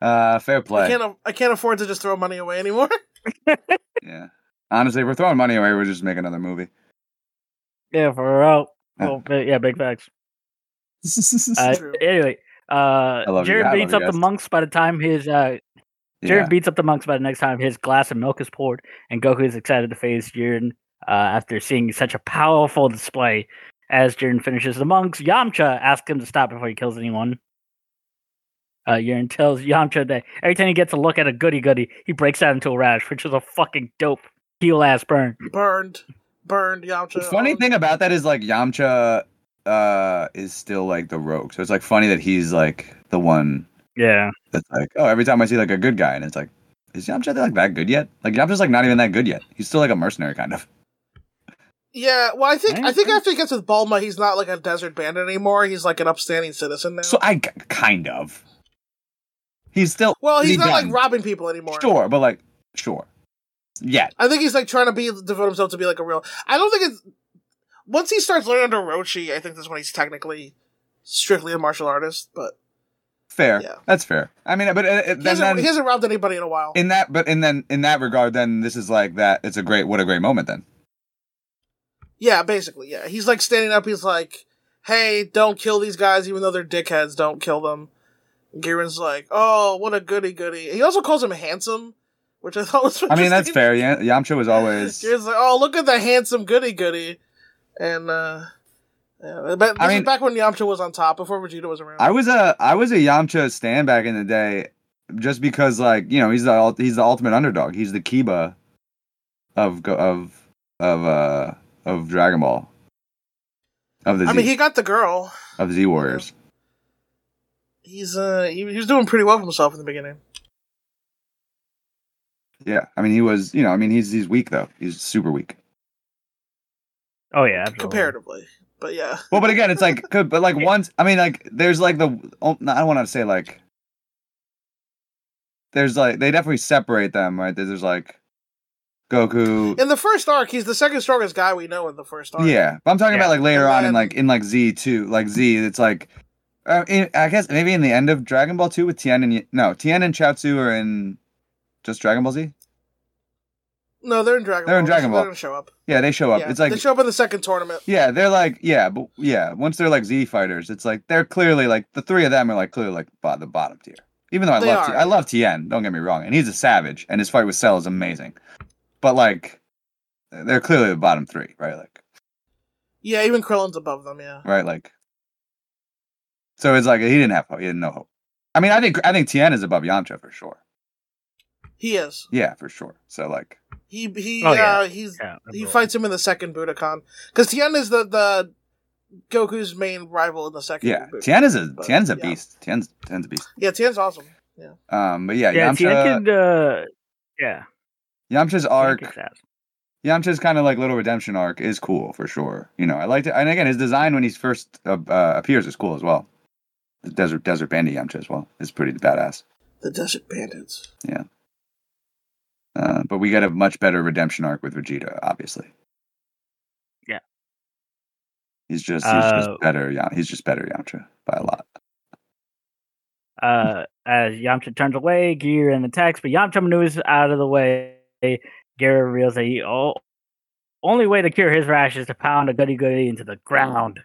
Uh, fair
I
play.
can't. a- I can't afford to just throw money away anymore.
Yeah. Honestly, if we're throwing money away. We'll just make another movie.
yeah, for real.
Yeah.
Well, ba- yeah, big facts. Uh,
true.
anyway, uh,
love you
Jared
guys. I
beats
love
up
you
the
guys.
monks by the time his uh, Jared
Yeah.
beats up the monks by the next time his glass of milk is poured, and Goku is excited to face Jiren uh, after seeing such a powerful display. As Jiren finishes the monks, Yamcha asks him to stop before he kills anyone. Uh, Jiren tells Yamcha that every time he gets a look at a goody goody, he breaks out into a rash, which is a fucking dope heel ass burn.
Burned. Burned. Yamcha.
The
Um,
funny
owned.
thing about that is like Yamcha uh is still like the rogue. So it's like funny that he's like the one
Yeah,
that's like, oh, every time I see like a good guy and it's like, is Yamcha like that good yet? Like Yamcha's like not even that good yet. He's still like a mercenary kind of.
Yeah. Well, I think.
Right,
I think
right.
after he gets with Bulma, he's not like a desert bandit anymore. He's like an upstanding citizen now.
So I k- kind of. He's still
well, he's
he
not like
done?
robbing people anymore.
sure, but like sure. Yeah.
I think he's like trying to be devote himself to be like a real. I don't think it's once he starts learning under Roshi. I think that's when he's technically strictly a martial artist. But
Fair.
Yeah.
That's fair. I mean, but uh, uh,
he
then,
hasn't,
then
he hasn't robbed anybody in a while.
in that, but in then in that regard, then this is like that. It's a great, what a great moment then.
Yeah, basically, yeah. He's like standing up, he's like, Hey, don't kill these guys, even though they're dickheads, don't kill them. And Garen's like, Oh, what a goody goody. He also calls him handsome, which I thought was
I mean, that's
interesting.
fair. Yeah, Yamcha was always.
Garen's like, Oh, look at the handsome goody goody. And uh yeah, but this
I
is
mean-
back when Yamcha was on top, before Vegeta was around.
I was a I was a Yamcha stand back in the day, just because like you know he's the ul- he's the ultimate underdog. He's the Kiba of go- of of uh of Dragon Ball of the Z,
I mean, he got the girl.
of Z Warriors.
He's uh, he, he was doing pretty well for himself in the beginning.
Yeah, I mean he was you know I mean he's he's weak though. He's super weak.
Oh yeah, absolutely.
comparatively. But yeah,
Well, but again, it's like good, but like once I mean like there's like the oh, no, I don't want to say like there's like they definitely separate them right. There's like Goku
in the first arc, he's the second strongest guy we know in the first arc.
Yeah, but I'm talking
Yeah.
about like later
And
on in
then-
like in like Z two, like Z. It's like, uh, in, I guess maybe in the end of Dragon Ball two with Tien and Y- no Tien and Chaozu are in just Dragon Ball Z.
No, they're in Dragon.
They're in
Ball.
Dragon Ball.
They're gonna show up.
Yeah, they show up.
Yeah,
It's like
they show up in the second tournament.
yeah, they're like yeah, but yeah. Once they're like Z fighters, it's like they're clearly like the three of them are like clearly like bo- the bottom tier. Even though I
They
love
are.
Tien, I love Tien. Don't get me wrong, and he's a savage, and his fight with Cell is amazing. But like, they're clearly the bottom three, right? Like
Yeah, even Krillin's above them. Yeah,
right? Like, so it's like he didn't have hope. He didn't know hope. I mean, I think I think Tien is above Yamcha for sure.
he is.
Yeah, for sure. So like,
He he
Oh,
uh,
yeah.
he's
Yeah,
he
absolutely.
fights him in the second Budokan because Tien is the the Goku's main rival in the second.
yeah,
Budokan.
Tien is a
But,
Tien's a
yeah.
beast. Tien's Tien's a beast.
Yeah, Tien's awesome.
Um, but yeah,
Yeah,
Yamcha.
Tien could, uh, yeah,
Yamcha's
Tien
arc,
kicks ass.
Yamcha's kind of like little redemption arc is cool for sure. You know, I liked it, and again, his design when he first uh, uh, appears is cool as well. the desert desert bandit Yamcha as well is pretty badass.
The Desert Bandits.
Uh, but we got a much better redemption arc with Vegeta, obviously.
Yeah.
He's just he's
Uh,
just better. Yeah, he's just better Yamcha by a lot.
Uh, as Yamcha turns away, Giran attacks, but Yamcha maneuvers out of the way. Giran reveals that he o- only way to cure his rash is to pound a goody goody into the ground.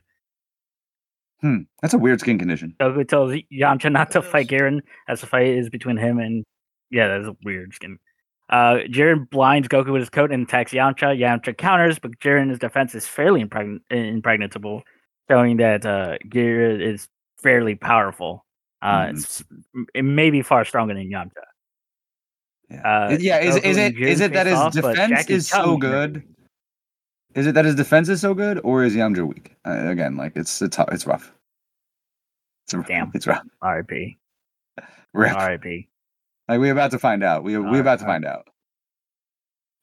Hmm, that's a weird skin condition.
Goku tells Yamcha not to
Yes.
fight Giran, as the fight is between him and yeah, that's a weird skin. Uh, Jiren blinds Goku with his coat and attacks Yamcha. Yamcha counters, but Jiren's defense is fairly impregn- impregnable, showing that uh, Giran is fairly powerful. Uh,
Mhm.
it's, it may be far stronger than Yamcha.
Yeah,
Uh,
It- yeah. Is,
Goku
is
and
it is
Jiren
it that
face
his
off, but
defense
Jackie
is
Chan
so
is
good? Is it that his defense is so good, or is Yamcha weak? Uh, again, like it's it's hu- it's rough. It's a,
Damn.
It's rough.
R.I.P.
Rip.
R.I.P.
Like we're about to find out. We we
Alright,
about to find out.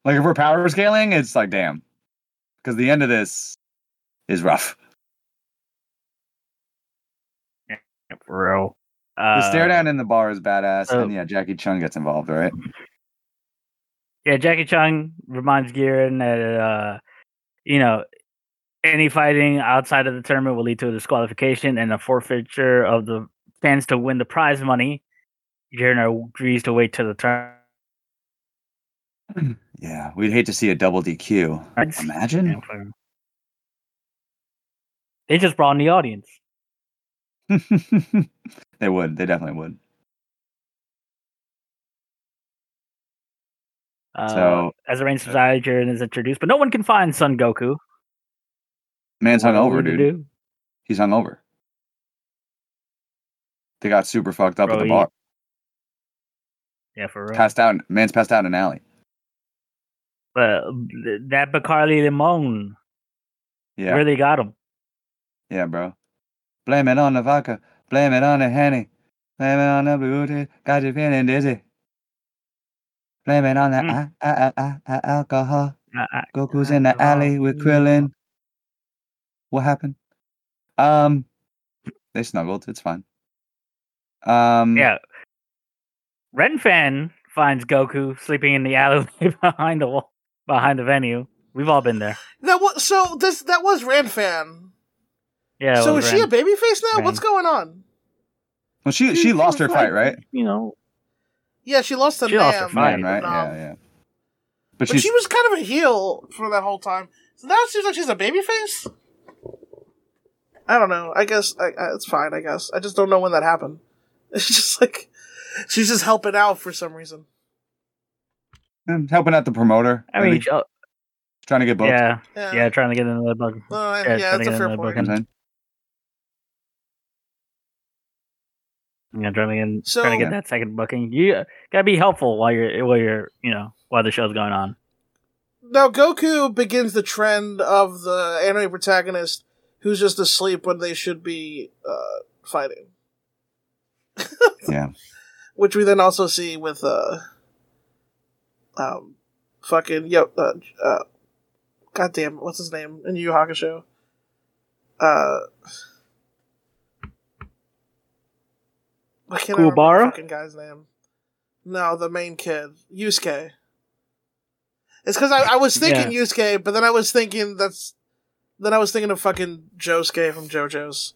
Like if we're power scaling, it's like damn, because the end of this is rough.
Yeah, For real.
The
Uh,
stare down in the bar is badass,
so-
and yeah, Jackie Chun gets involved. All right,
Yeah, Jackie Chung reminds Giran that uh, you know any fighting outside of the tournament will lead to a disqualification and a forfeiture of the chance to win the prize money. Giran agrees to wait till the tournament.
yeah, we'd hate to see a double DQ. Imagine
They just brought in the audience.
they would. They definitely would.
Uh,
So-
as arranged society, Jiren is introduced, but no one can find Son Goku.
Man's
What
hung
are we
over,
to
dude.
do?
He's hung over. They got super fucked up
Bro,
at the
he-
bar.
Yeah, for real.
Passed out. Man's passed out in an alley.
But th- that Bacardi Limon
Yeah,
really got him.
Yeah, bro. Blame it on the vodka. Blame it on the henny. Blame it on the blue teeth. Got you feeling dizzy. Blame it on the
Mm.
ah, ah, ah, ah, ah, alcohol.
I- I-
Goku's in the alley with
Alcohol.
Krillin. What happened? Um, they snuggled. It's fine. Um,
yeah. Renfan finds Goku sleeping in the alleyway behind the wall, behind the venue. We've all been there.
That was so. This that was Ranfan.
Yeah.
so
with
is she a
Ren.
babyface now?
Ren.
What's going on?
Well, she she lost her
was
fight,
like,
right?
You know,
Yeah, she lost to
She lost her
Nam,
fight.
Man, right?
um,
Yeah, yeah. But,
But
she's
she was kind of a heel for that whole time. So now it seems like she's a babyface. I don't know. I guess I, I, it's fine. I guess I just don't know when that happened. It's just like she's just helping out for some reason.
mm, helping out the promoter.
I mean,
maybe,
she- oh,
trying to get booked.
yeah,
Yeah,
yeah, trying to get another bug.
Uh,
Yeah,
yeah,
it's
that's
gotta
a
get
You know
another
fair
what I'm
point.
book.
saying?
Yeah, trying to get
So-
trying to get that second booking. You uh, gotta be helpful while you're while you're you know while the show's going on.
Now Goku begins the trend of the anime protagonist who's just asleep when they should be uh, fighting.
Yeah.
Which we then also see with uh, um, fucking yo, uh, uh, goddamn, what's his name in Yu Yu Hakusho? Uh, I can't remember
Kuwabara?
the fucking guy's name. No, the main kid, Yusuke. It's because I, I was thinking Yusuke, but then I was thinking that's then I was thinking of fucking Josuke from JoJo's.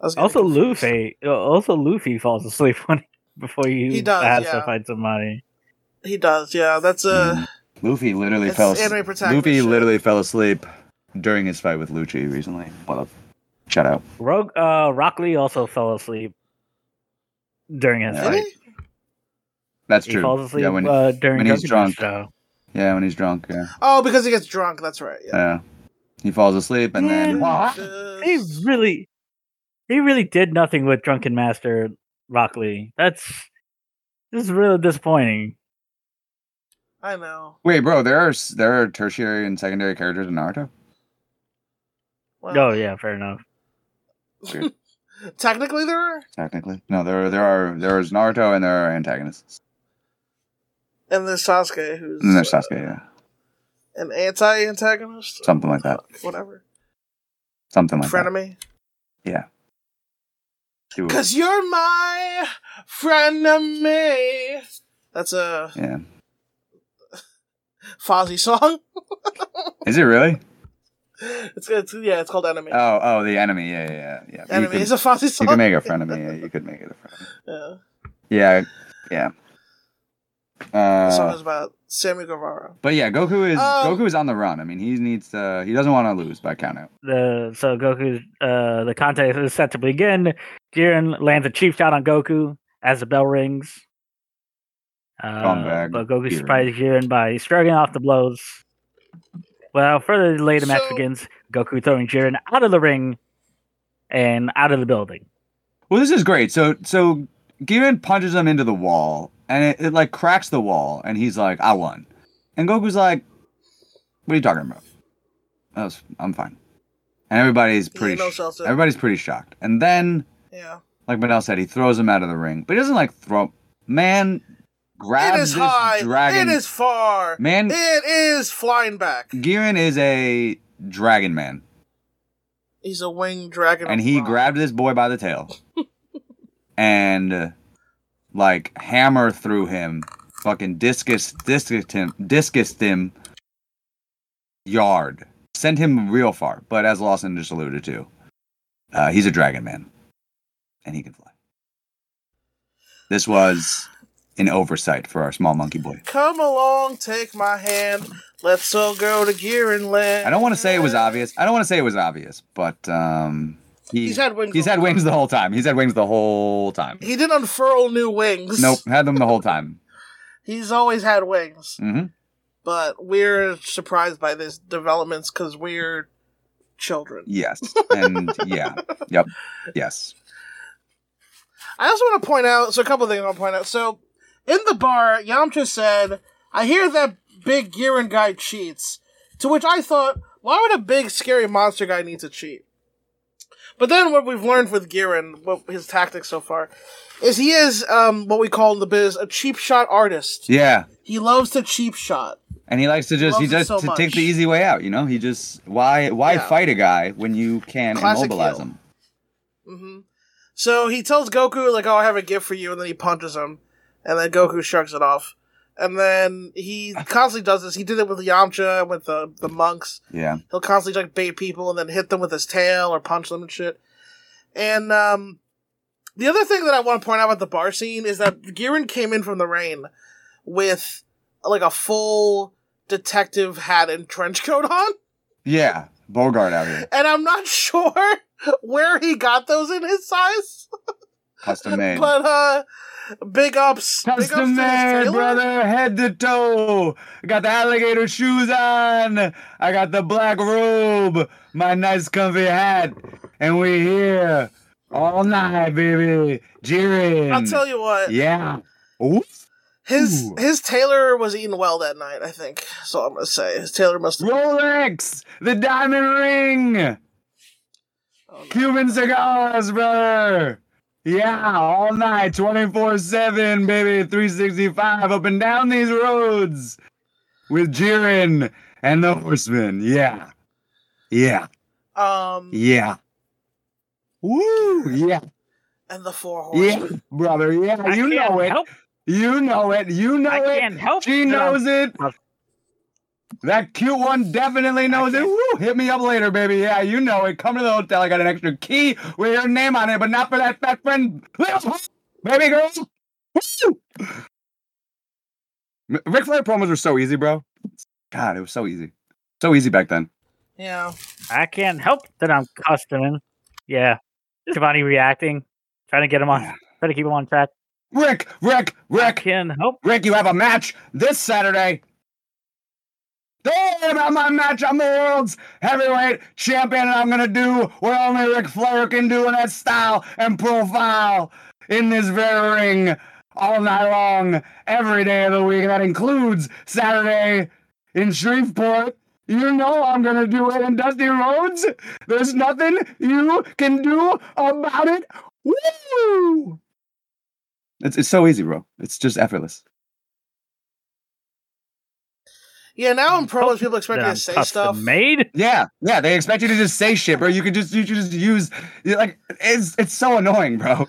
I was getting
Also,
confused.
Luffy. uh, Also, Luffy falls asleep when before you
He does,
has to
yeah.
fight somebody.
He does, yeah. That's uh,
Mm. Luffy literally
that's
fell asleep.
anime protagonist.
Luffy
shit.
literally fell asleep during his fight with Lucci recently. What a shout out.
Rogue, uh, Rock Lee also fell asleep during his
Yeah.
fight.
Did he?
That's
He
true.
falls asleep
yeah, when,
uh, during
when he's
Goku's
drunk.
show.
yeah, when he's drunk. Yeah.
Oh, because he gets drunk. That's right. Yeah.
yeah. He falls asleep and then
Yeah. He
Jesus.
really, he really did nothing with Drunken Master Rock Lee. That's this is really disappointing.
I know.
Wait, bro, there are s- there are tertiary and secondary characters in Naruto.
Well,
oh yeah, fair enough.
Technically, there are,
Technically, no, there there are there is Naruto and there are antagonists.
and there's Sasuke, who's
And there's
uh,
Sasuke, yeah,
an anti-antagonist, or
something like that,
fuck, whatever,
something like that.
frenemy.
Yeah. to it.
Cause you're my friend of me. That's a
Yeah.
Fozzy song.
Is it really?
It's, it's yeah, it's called Enemy.
Oh, oh, the enemy. Yeah, yeah, yeah. yeah. You
Enemy
could,
is a Fozzy
you could
song.
make Uh, it a friend of me. Yeah, you could make it a friend.
yeah.
Yeah, yeah.
The
Uh,
song is about Sammy Guevara.
But yeah, Goku is
Um,
Goku is on the run. I mean, he needs to. He doesn't want to lose by count out.
The so Goku's uh the contest is set to begin. Jiren lands a cheap shot on Goku as the bell rings. Uh,
Comeback,
but Goku
Jiren.
surprises Jiren by shrugging off the blows. Well, further delay the match
So-
begins. Goku throwing Jiren out of the ring and out of the building.
Well, this is great. So so Giren punches him into the wall, and it, it like cracks the wall, and he's like, "I won," and Goku's like, "What are you talking about? That was, I'm fine." And everybody's
Yeah,
pretty.
no
sh-
shelter.
everybody's pretty shocked. And then,
Yeah.
like Manel said, he throws him out of the ring, but he doesn't like throw. Man, grabs
It is
this
high.
dragon.
It is far.
man.
It is flying back.
Giren is a dragon man.
He's a winged dragon.
and
of
he
rock.
grabbed this boy by the tail and uh, like hammer through him fucking discus discused him discused him yard sent him real far but as lawson just alluded to uh, he's a dragon man and he can fly this was an oversight for our small monkey boy
Come along, take my hand. Let's all go to Gearin Land.
i don't want to say it was obvious i don't want to say it was obvious but um he,
He's had wings.
he's
the
had
whole
wings the whole time he's had wings the whole time
time. He didn't unfurl new wings.
Nope, had them the whole time.
He's always had wings,
hmm
but we're surprised by this developments because we're children.
Yes, and yeah, yep, yes.
I also want to point out. So a couple of things I want to point out. So in the bar, Yamcha said, "I hear that big Gearin guy cheats." To which I thought, why would a big scary monster guy need to cheat? But then what we've learned with Gearin, what his tactics so far, is he is um, what we call in the biz a cheap shot artist.
Yeah,
He loves to cheap shot.
and he likes to just he
Loves it
just
so
to take the
much.
easy way out. You know, he just why why
Yeah.
fight a guy when you can
Classic
immobilize
heel.
him?
hmm So he tells Goku, like, oh, I have a gift for you, and then he punches him, and then Goku shrugs it off. And then he constantly does this. He did it with Yamcha, with the, the monks.
Yeah,
He'll constantly, like, bait people and then hit them with his tail or punch them and shit. And, um, the other thing that I want to point out about the bar scene is that Giran came in from the rain with, like, a full detective hat and trench coat on.
yeah. Bogart out here,
And I'm not sure where he got those in his size.
custom made,
But uh, big ups, big ups
custom
to his
made,
tailor.
brother, head to toe. I got the alligator shoes on. I got the black robe, my nice comfy hat, and we here all night, baby. Jiren.
I'll tell you what,
Yeah. Ooh.
his
Ooh.
his tailor was eating well that night. I think so. I'm gonna say his tailor must. have
Rolex, the diamond ring,
oh, no.
Cuban cigars, brother. Yeah, all night, 24 7, baby, 365, up and down these roads with Jiren and the horsemen. Yeah. Yeah.
Um,
Yeah. Woo. Yeah.
and the four
Yeah,
horsemen.
brother. Yeah.
I
You
can't
know it.
help.
You know it. You know
I
it.
can't help.
She
that I'm
knows it.
I'll-
That cute one definitely knows it.
can't-
Woo, hit me up later, baby. Yeah, you know it. Come to the hotel. I got an extra key with your name on it, but not for that fat friend. Baby girl. Woo! M- Ric Flair promos were so easy, bro. God, it was so easy. So easy back then.
Yeah,
I can't help that I'm costuming. Yeah. Giovanni reacting, trying to get him on, trying to keep him on track.
Rick, Rick,
I
Rick,
can help.
Rick, you have a match this Saturday. Don't worry about my match. I'm the world's heavyweight champion, and I'm gonna do what only Ric Flair can do in that style and profile in this very ring all night long, every day of the week. And that includes Saturday in Shreveport. You know I'm gonna do it in Dusty Roads. There's nothing you can do about it. Woo! It's, it's so easy, bro. It's just effortless.
Yeah, now in promos,
Hope
people expect me
that
to
I'm
say
custom
stuff.
made.
Yeah, yeah. They expect you to just say shit, bro. You can just you can just use you're like it's it's so annoying, bro.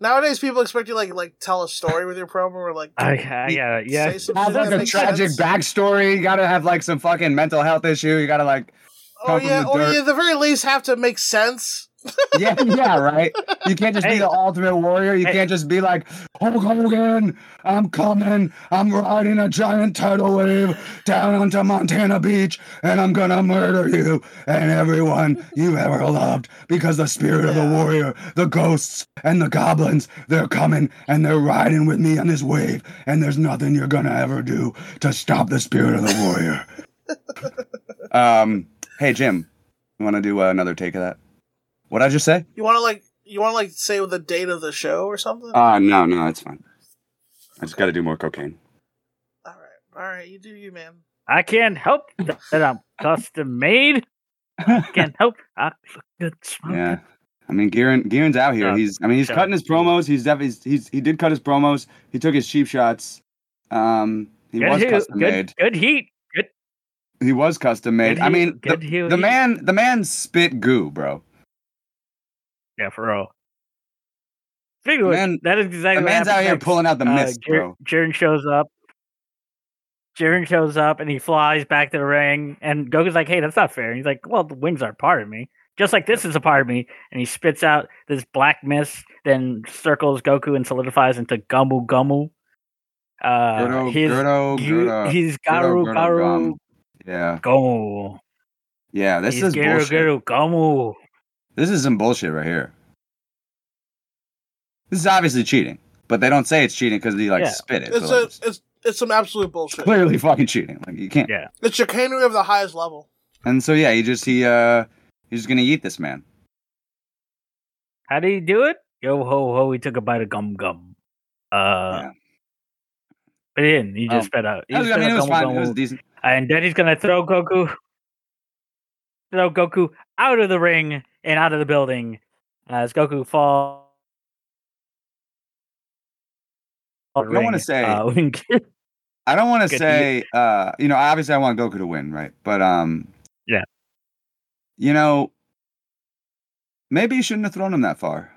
Nowadays, people expect you like like tell a story with your promo or like
I, I yeah yeah.
say something
Have like
that
a
makes
tragic
sense.
backstory. You gotta have like some fucking mental health issue. You gotta like come from
Or oh, yeah,
the
or
dirt.
you at the very least have to make sense.
yeah, yeah, right. You can't just
Hey.
be the ultimate warrior. You
Hey.
can't just be like Hulk Hogan. I'm coming. I'm riding a giant tidal wave down onto Montana Beach, and I'm gonna murder you and everyone you ever loved because the spirit of the
Yeah.
warrior, the ghosts, and the goblins, they're coming and they're riding with me on this wave, and there's nothing you're gonna ever do to stop the spirit of the warrior. um. Hey, Jim. You want to do uh, another take of that? What I just say?
You want to like you want to like say the date of the show or something.
Uh no, no, it's fine. I just got to do more cocaine.
all right, all right, you do you, man.
I can't help that I'm custom made. Can't help. I look good smoking.
Yeah. I mean, Gearin, Gearin's out here.
Yeah.
He's, I mean, he's
Yeah.
cutting his promos. He's definitely, he's, he's, he did cut his promos. He took his cheap shots. Um, he
good,
was
heat,
custom
good,
made.
good heat. Good.
He was custom made.
good
I
heat,
mean, the,
good heat.
the man, the man spit goo, bro.
Yeah, for real. Speaking of
The
which,
man-
that is exactly
The
what
man's
happened
out here
next.
pulling out the
Uh,
mist,
Jer-
bro.
Jiren shows up. Jiren shows up and he flies back to the ring. And Goku's like, hey, that's not fair. And he's like, well, the wings are part of me. Just like this is a part of me. And he spits out this black mist, then circles Goku and solidifies into Gumu Gumu. Uh,
Gerdo,
he's,
Gerdo,
Gu-
Gerdo.
he's
Gerdo,
Garu
Gerdo,
Garu
Gum. Yeah,
Gomu.
yeah. This
He's
is
Garu
bullshit.
Garu Gomu.
This is some bullshit right here. This is obviously cheating, but they don't say it's cheating because he like
Yeah.
spit it.
It's
so,
a,
like,
it's it's some absolute
it's
bullshit.
clearly fucking cheating. Like you can't.
Yeah.
It's chicanery of the highest level.
And so yeah, he just he uh he's just gonna eat this man.
How did he do it? Yo ho ho, he took a bite of gum gum. Uh,
Yeah.
but he didn't. He
Oh.
just spit out. He
I
just
mean,
spit
it
out
was
gum
fine. It
gum.
was decent.
And then he's gonna throw Goku, throw Goku out of the ring and out of the building as Goku falls.
I don't wanna say-
Uh,
I don't want to
Good
say uh you know obviously I want Goku to win, right? But um
Yeah.
You know, maybe you shouldn't have thrown him that far.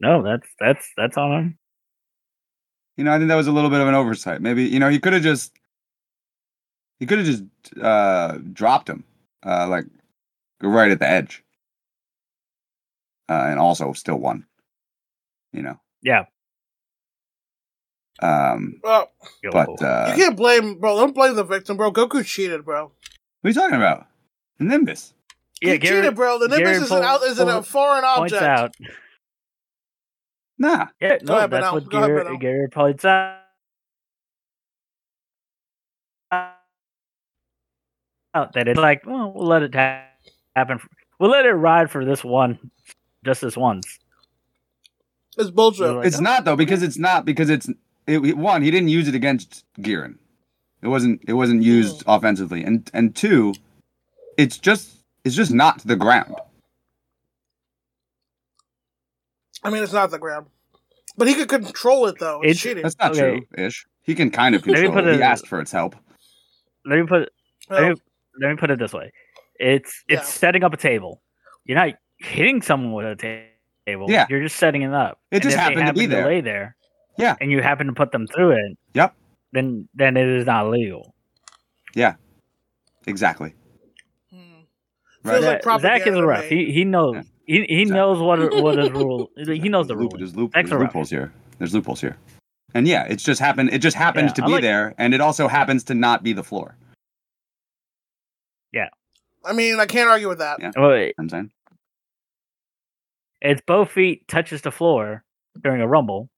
no, that's that's that's on him.
You know, I think that was a little bit of an oversight. Maybe you know he could have just he could have just uh, dropped him uh, like right at the edge, uh, and also still won. You know,
Yeah.
um,
Well,
Yo
but uh, what
ho.
are
you can't blame bro. Don't blame the victim, bro. Goku cheated, bro.
you talking about? Nimbus.
yeah,
he
Gary
cheated, bro. The
Gary
Nimbus is an
pulled-
out is an, a
pulled-
foreign
points
object.
out.
Nah,
Yeah,
Go
no,
ahead,
that's
Benel.
what
Go ahead,
Gary,
Benel.
Gary points out. Out Oh, that it's like, well, we'll let it ha- happen. f- We'll let it ride for this one, just this once.
It's bullshit.
Like,
it's
oh,
not though because it's not because it's it, it- one he didn't use it against Gearin. It wasn't it wasn't used offensively, and and two, it's just it's just not to the ground.
I mean, it's not the ground, but he could control it though. It's,
It's-
cheating.
That's not
Okay.
true, ish. He can kind of
Let me
control
put
it. He
a-
asked for its help.
Let me put
Well,
let, me, let me put it this way: it's
Yeah.
it's setting up a table. You're not hitting someone with a ta- table.
Yeah.
you're just setting it up.
It
And
just
if they
happened to
happen
be there.
lay there.
Yeah.
and you happen to put them through it.
Yep.
Then then it is not legal.
Exactly.
hmm.
Right.
Feels
Yeah,
like propaganda
Zach is a
to
ref.
me.
He he knows
Yeah.
he, he
Zach.
knows what are- what his rule. He knows the
There's loop-
rule.
There's, loop,
That's
there's
a wrap.
loopholes here. There's loopholes here. And yeah, it's just happened. It just happens
Yeah,
to
I
be
like-
there, and it also happens to not be the floor.
I mean, I can't argue with that.
Yeah.
Well,
You know what I'm saying.
it's both feet touches the floor during a rumble.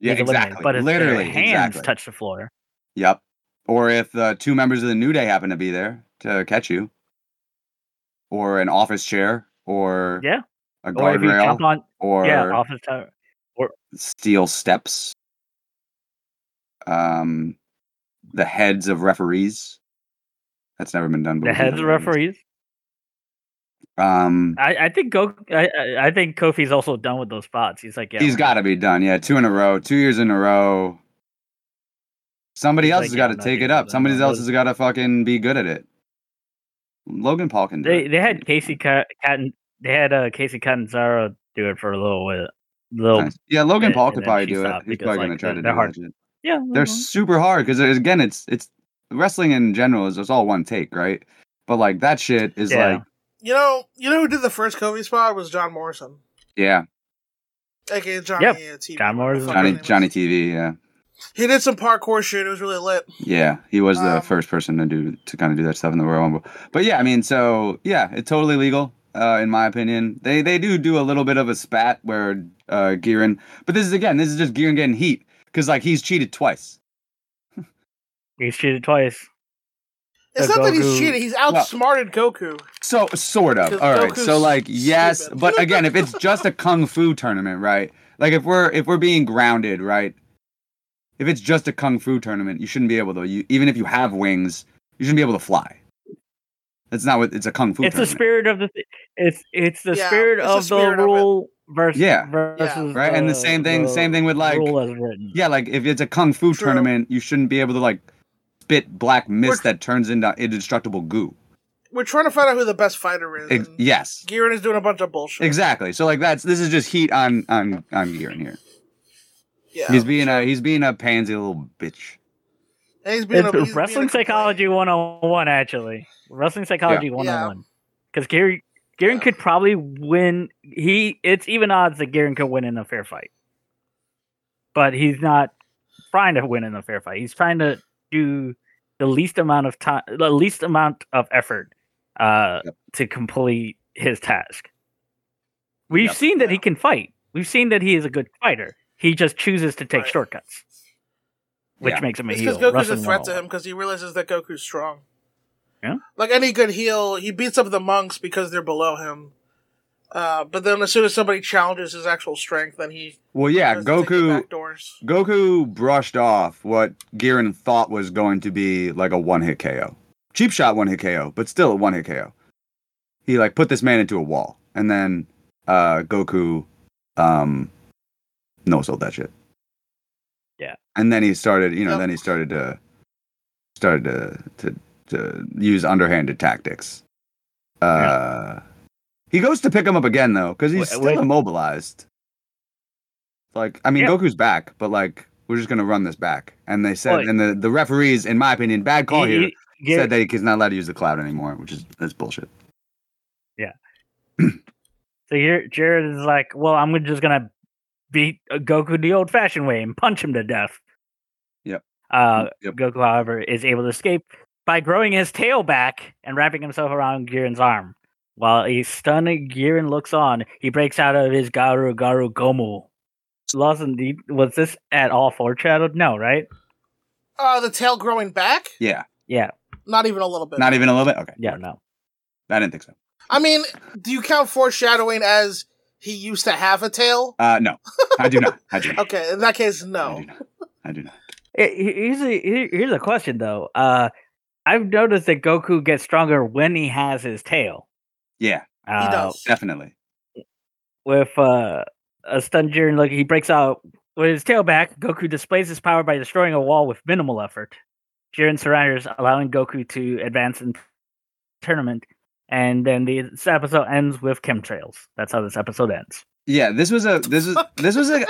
Yeah,
he's eliminated,
exactly.
But if
Literally,
their hands
exactly.
touch the floor,
Yep. Or if uh, two members of the New Day happen to be there to catch you, or an office chair, or
Yeah.
a
or if you jump
guardrail,
on,
or
yeah, off the tower.
steel steps, um, the heads of referees. That's never been done. but
The
we can
heads
do
of Ah,
that anyways.
referees.
Um,
I, I think Go. I, I- I think Kofi's also done with those spots. He's like, yeah,
he's got to be done. Yeah, two in a row, two years in a row. Somebody
He's
else
like,
has
"Yeah,
got to
I'm not
take it
doing
up.
that."
Somebody
That
else
was-
has got to fucking be good at it. Logan Paul can do
They
it.
they had Casey Ca- Cotton. They had uh, Casey Catanzaro do it for a little while. Little
Nice. Yeah, Logan
Oh, and-
Paul
and
could
then
probably
she
do it.
stopped
He's
because,
probably
like,
gonna try to
they're
do
hard.
that shit.
yeah.
They're
mhm.
super hard because again, it's it's wrestling in general is it's all one take, right? But like that shit is
Yeah.
like
You know, you know who did the first Kobe spot was John Morrison,
yeah,
aka Johnny
Yep.
uh, TV.
John Morrison.
Fuck his
Johnny
name is-
Johnny TV, yeah,
He did some parkour shit. It was really lit.
yeah. He was the
Um,
first person to do to kind of do that stuff in the Royal Rumble. But yeah, I mean, so yeah, it's totally legal. Uh, in my opinion, they they do do a little bit of a spat where uh, Gearin, but this is again, this is just Gearin getting heat because like he's cheated twice.
He's cheated twice.
It's
So
not that he's
Goku-
cheating. He's outsmarted Goku.
So sort of.
'Cause
All right.
Goku's
So like yes,
stupid.
but again, if it's just a kung fu tournament, right? Like if we're if we're being grounded, right? If it's just a kung fu tournament, you shouldn't be able to. You even if you have wings, you shouldn't be able to fly. That's not what it's a kung fu.
It's the
tournament.
spirit of the. Th- it's it's the
Yeah,
spirit
it's the
of the,
spirit of it.
rule versus
Yeah.
versus
Right, and the same thing- same thing with, like-
rule as written.
Yeah, like if it's a kung fu
True.
tournament, you shouldn't be able to like spit black mist
We're-
that turns into indestructible goo.
We're trying to find out who the best fighter is.
Ex-
and
yes,
Gearin is doing a bunch of bullshit.
exactly. So like that's this is just heat on on on Gearin here.
Yeah.
He's being a he's being a pansy little bitch.
And he's being
It's
a, he's
wrestling
being a complaint.
psychology 101 actually wrestling psychology 101 because gary Garen
Yeah.
could probably win he it's even odds that Garen could win in a fair fight but he's not trying to win in a fair fight he's trying to do the least amount of time the least amount of effort uh
Yep.
to complete his task we've
Yep.
seen that he
Yeah.
can fight we've seen that he is a good fighter he just chooses to take
Right.
shortcuts which
Yeah.
makes him a
It's
heel
because Goku's a
Wrestling
threat to
101.
him because he realizes that Goku's strong.
Yeah.
Like any good heel, he beats up the monks because they're below him. Uh, but then as soon as somebody challenges his actual strength, then he
Well, yeah,
tries to take the
Goku
back doors.
Goku brushed off what Garen thought was going to be like a one-hit KO. Cheap shot one-hit KO, but still a one-hit KO. He like put this man into a wall and then uh Goku um no sold that shit.
Yeah.
And then he started, you know,
Yep.
then he started to started to to, to use underhanded tactics. Uh He goes to pick him up again though, because he's
Wait,
still
wait.
immobilized. Like, I mean,
Yeah.
Goku's back, but like, we're just gonna run this back. And they said,
Well,
and the, the referees, in my opinion, bad call
He-
here,
he- Garen-
said that he's not allowed to use the cloud anymore, which is that's bullshit.
So here, Jared is like, "Well, I'm gonna- just gonna beat uh, Goku the old-fashioned way and punch him to death."
Yep.
Uh,
Yep.
Goku, however, is able to escape by growing his tail back and wrapping himself around Girin's arm. While a stunned Girin looks on, he breaks out of his Garu Garu Gomu. Lawson, do you- was this at all foreshadowed? No, right?
Uh, the tail growing back?
Yeah,
Yeah,
Not even a little bit.
not e- even a little bit. Okay,
yeah, no.
I didn't think so.
I mean, do you count foreshadowing as he used to have a tail?
Uh, no, I do not. I do. Not.
Okay, in that case,
I do
no.
not. I do not.
Eh, he- Here's a here- here's a question though. Uh, I've noticed that Goku gets stronger when he has his tail.
Yeah,
Uh,
he does.
definitely.
with uh, a stun Jiren. Look, he breaks out with his tail back. Goku displays his power by destroying a wall with minimal effort. Jiren surrenders, allowing Goku to advance in tournament. And then the, this episode ends with chemtrails. That's how this episode ends.
Yeah, this was a this was this was a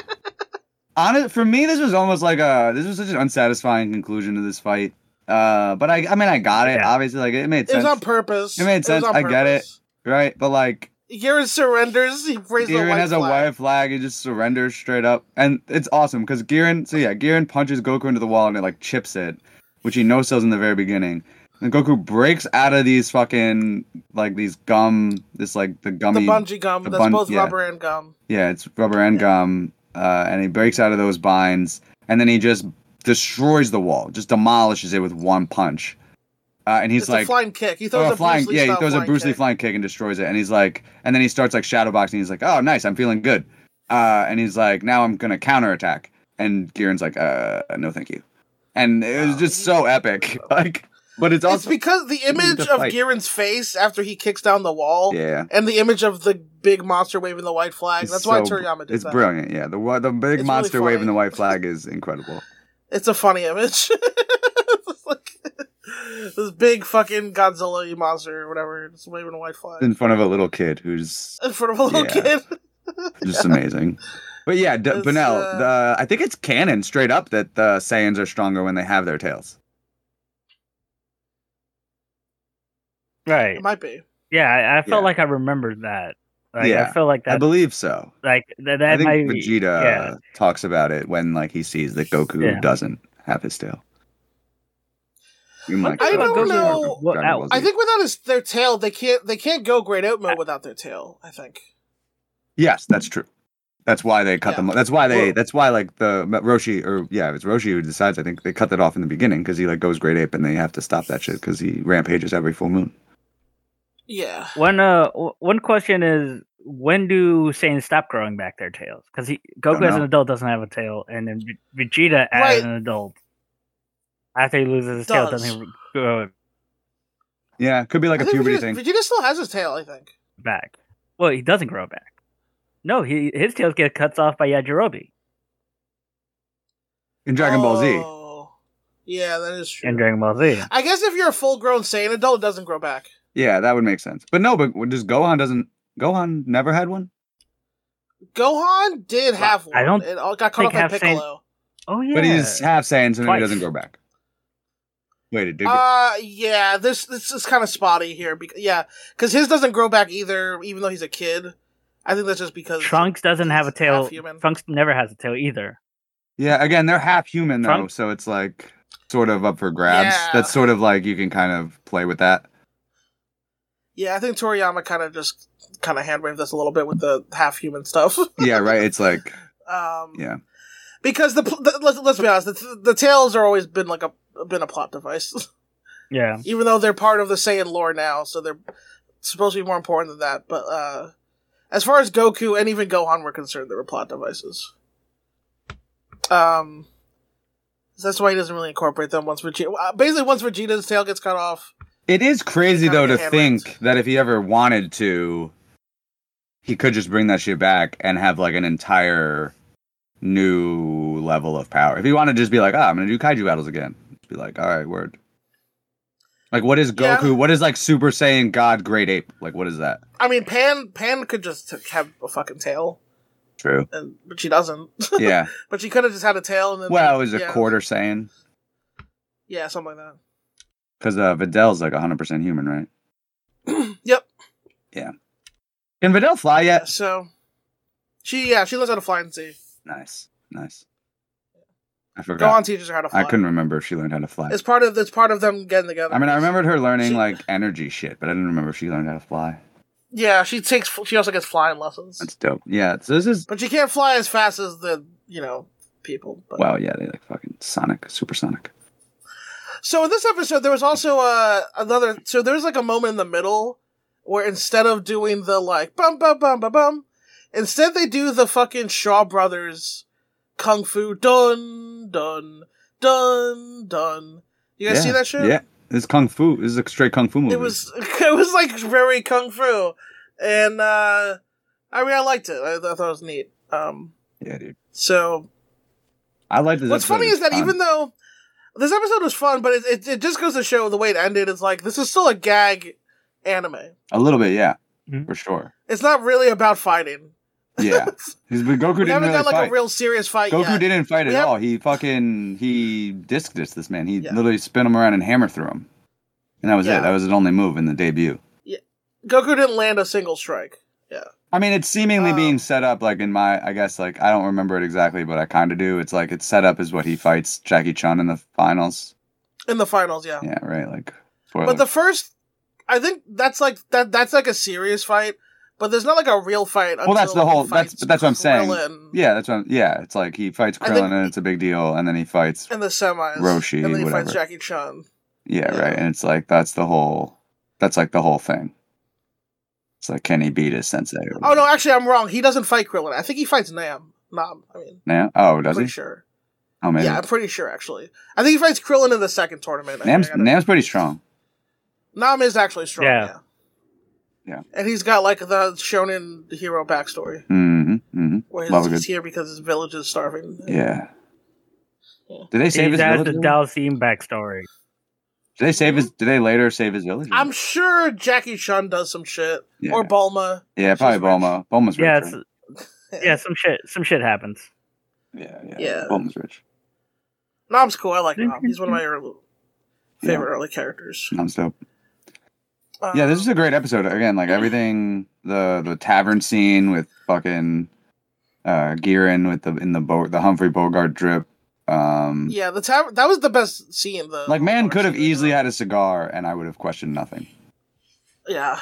honest for me. This was almost like a this was such an unsatisfying conclusion to this fight. Uh, but I I mean I got it.
Yeah.
Obviously, like it made
It was
sense,
on purpose.
It made sense. I get it. right? But like
Gearin surrenders. He raises a
Garen
white
has a
flag.
white flag and just surrenders straight up, and it's awesome because Garen. So yeah, Garen punches Goku into the wall and it like chips it, which he no sells in the very beginning. And Goku breaks out of these fucking like these gum, this like the
The
gummy,
bungee gum.
the
that's
bun-
both
yeah.
rubber and gum.
yeah, it's rubber and gum, uh, and he breaks out of those binds, and then he just destroys the wall, just demolishes it with one punch, uh, and he's
it's
like
a flying kick. He
Oh,
throws
a
a
flying,
Bruce Lee
yeah,
style
he throws a Bruce Lee
kick.
flying kick and destroys it. And he's like, and then he starts like shadow boxing. He's like, oh, nice, I'm feeling good. Uh, and he's like, now I'm gonna counterattack. And Garen's like, uh, no, thank you. And it was
Wow.
just so epic, like, but it's
It's
also
because the image
the
of
fight.
Garen's face after he kicks down the wall,
yeah,
and the image of the big monster waving the white flag.
It's
That's why
so-
Toriyama did
it's
that.
brilliant. Yeah, the wa- the big
It's really
monster waving the
funny.
white flag is incredible.
It's a funny image. It's like- this big fucking Godzilla monster or whatever, just waving a white flag
in front of a little kid who's
in front of a little
Yeah.
kid.
just amazing. But yeah, D-
It's,
Benel,
uh,
the, I think it's canon straight up that the Saiyans are stronger when they have their tails.
Right.
It might be.
Yeah, I, I felt
Yeah.
like I remembered that. Like,
Yeah.
I felt like
I
that.
believe so.
like that,
I
that
think
might be.
Vegeta
yeah.
talks about it when like he sees that Goku
Yeah.
doesn't have his tail. You
I'm
might
thinking
I
about
don't
Goku
know.
from What-
Dragon Ball
out-
Z.
I think without his their tail, they can't they can't go great out mode without their tail. I think.
Yes, that's true. That's why they cut
Yeah.
them. That's why they.
Well-
that's why like the Roshi or yeah, it's Roshi who decides. I think they cut that off in the beginning because he like goes great ape and they have to stop that shit because he rampages every full moon.
Yeah.
One uh, w- one question is when do Saiyans stop growing back their tails? Because
Don't
Goku as an
know.
adult doesn't have a tail, and then Ve- Vegeta as
Right.
an adult after he loses his tail
Does.
doesn't re- grow it
Yeah, could be like
I
a
think
puberty
Vegeta,
thing.
Vegeta still has his tail. I think.
back. Well, he doesn't grow it back. No, he his tails get cut off by Yajirobe
in Dragon Ball Z.
Oh. Yeah, that is true.
in Dragon Ball Z.
I guess if you're a full grown Saiyan adult, it doesn't grow back.
Yeah, that would make sense. But no, but just Gohan doesn't. Gohan never had one.
Gohan did have one.
I don't
It all got caught
think
up by
half Saiyan-
Piccolo.
Oh yeah,
But he's half Saiyan, so
Twice.
he doesn't go back. Wait, it did. go
Uh, yeah. This this is kind of spotty here. Because, yeah, because his doesn't grow back either, even though he's a kid. I think that's just because
Trunks doesn't have a
Half
tail.
human.
Trunks never has a tail either.
yeah, again, they're half human though,
Trunks?
so it's like sort of up for grabs.
Yeah.
That's sort of like you can kind of play with that.
Yeah, I think Toriyama kind of just kind of hand waved us a little bit with the half human stuff.
Yeah, right. It's like
Um,
Yeah.
because the, pl- the let's, let's be honest, the, the tails are always been like a been a plot device,
Yeah,
even though they're part of the Saiyan lore now, so they're supposed to be more important than that. But uh, as far as Goku and even Gohan were concerned, they were plot devices. Um, so that's why he doesn't really incorporate them. Once Vegeta, uh, basically, once Vegeta's tail gets cut off,
It is crazy
Gotta
though to
get hand-waved.
think that if he ever wanted to, he could just bring that shit back and have like an entire new level of power. If he wanted to just be like, ah, I'm gonna do kaiju battles again. Just be like, all right, word. Like what is
Yeah.
Goku? What is like Super Saiyan God Great Ape? Like what is that?
I mean, Pan Pan could just have a fucking tail,
True.
and but she doesn't.
Yeah.
But she could have just had a tail and then
well, is a
yeah,
quarter Saiyan
Yeah, something like
because uh, Videl's like 100 percent human, right?
that. yep.
Can Videl fly yet?
So she yeah, she learns how to fly and see.
Nice, nice. I
Go
forgot.
on teaches her how to fly.
I couldn't remember if she learned how to fly.
It's part of it's part of them getting together.
I mean, I remembered her learning
She-
like energy shit, but I didn't remember if she learned how to fly.
Yeah, she takes she also gets flying lessons.
That's dope. Yeah. So this is
But she can't fly as fast as the, you know, people. But.
wow. Yeah, they like fucking Sonic, supersonic.
So in this episode there was also uh another so there's like a moment in the middle where instead of doing the like bum bum bum bum bum instead they do the fucking Shaw Brothers kung fu dun dun dun dun. You guys
yeah.
see that shit?
Yeah. This is kung fu. This is a straight kung fu movie.
It was it was like very kung fu, and uh, I mean I liked it. I, I thought it was neat. Um,
Yeah, dude.
so
I liked this.
what's
episode.
funny
It's
is that
fun.
even though this episode was fun, but it, it it just goes to show the way it ended is like this is still a gag anime.
a little bit, yeah,
Mhm.
for sure.
It's not really about fighting.
Yeah. Because Goku
we
didn't
haven't
really
got like
fight.
a real serious fight
Goku
yet.
didn't fight
We
at
have-
all. He fucking he disc this this man. He
Yeah.
literally spin him around and hammer through him, and that was
Yeah.
it. That was his only move in the debut.
Goku didn't land a single strike.
I mean, it's seemingly
Um,
being set up like in my, I guess, like I don't remember it exactly, but I kind of do. It's like it's set up as what he fights Jackie Chun in the finals.
in the finals. Yeah,
Yeah, right. Like, Oh.
but the first, I think that's like that. That's like a serious fight. But there's not like a real fight.
Well, that's
until
the
he
whole- that's-
fights
that's what I'm saying.
Krillin.
yeah, that's what. I'm, yeah, it's like he fights
I
Krillin,
think-
and it's a big deal, and then he fights.
in the semis.
Roshi,
and then he
whatever.
fights Jackie Chan.
Yeah,
yeah.
right. And it's like that's the whole. That's like the whole thing. It's like can he beat his sensei? or
Oh
whatever.
no, actually, I'm wrong. He doesn't fight Krillin. I think he fights Nam. Nam. I mean,
Now, oh,
I'm
does
pretty
he?
sure.
Oh, maybe.
Yeah, I'm pretty sure. Actually, I think he fights Krillin in the second tournament. I think
Nam's
I got it.
Nam's pretty strong.
Nam is actually strong. Yeah.
Yeah.
yeah.
Yeah.
And he's got like the shonen hero backstory
Mm-hmm. Mm-hmm.
where
Love
he's,
a
he's here because his village is starving.
Yeah. Did they save
See,
his
that's
village?
the
later?
Dalcine backstory.
Did they save his? Did they later save his village?
I'm sure Jackie Chan does some shit
Yeah.
or Balma.
yeah, probably
she's rich.
Bulma. Bulma's rich.
Yeah,
right?
it's, yeah, some shit, some shit happens.
yeah, yeah,
Yeah.
Bulma's rich.
Nom's cool. I like Nom. He's one of my early,
Yeah.
favorite early characters. Um,
I'm stoked. Yeah, this is a great episode. Again, like everything the the tavern scene with fucking uh Gearin with the in the boat the Humphrey Bogart drip. Um
Yeah, the tavern. That was the best scene. The
like man could have
scene.
easily had a cigar and I would have questioned nothing.
Yeah,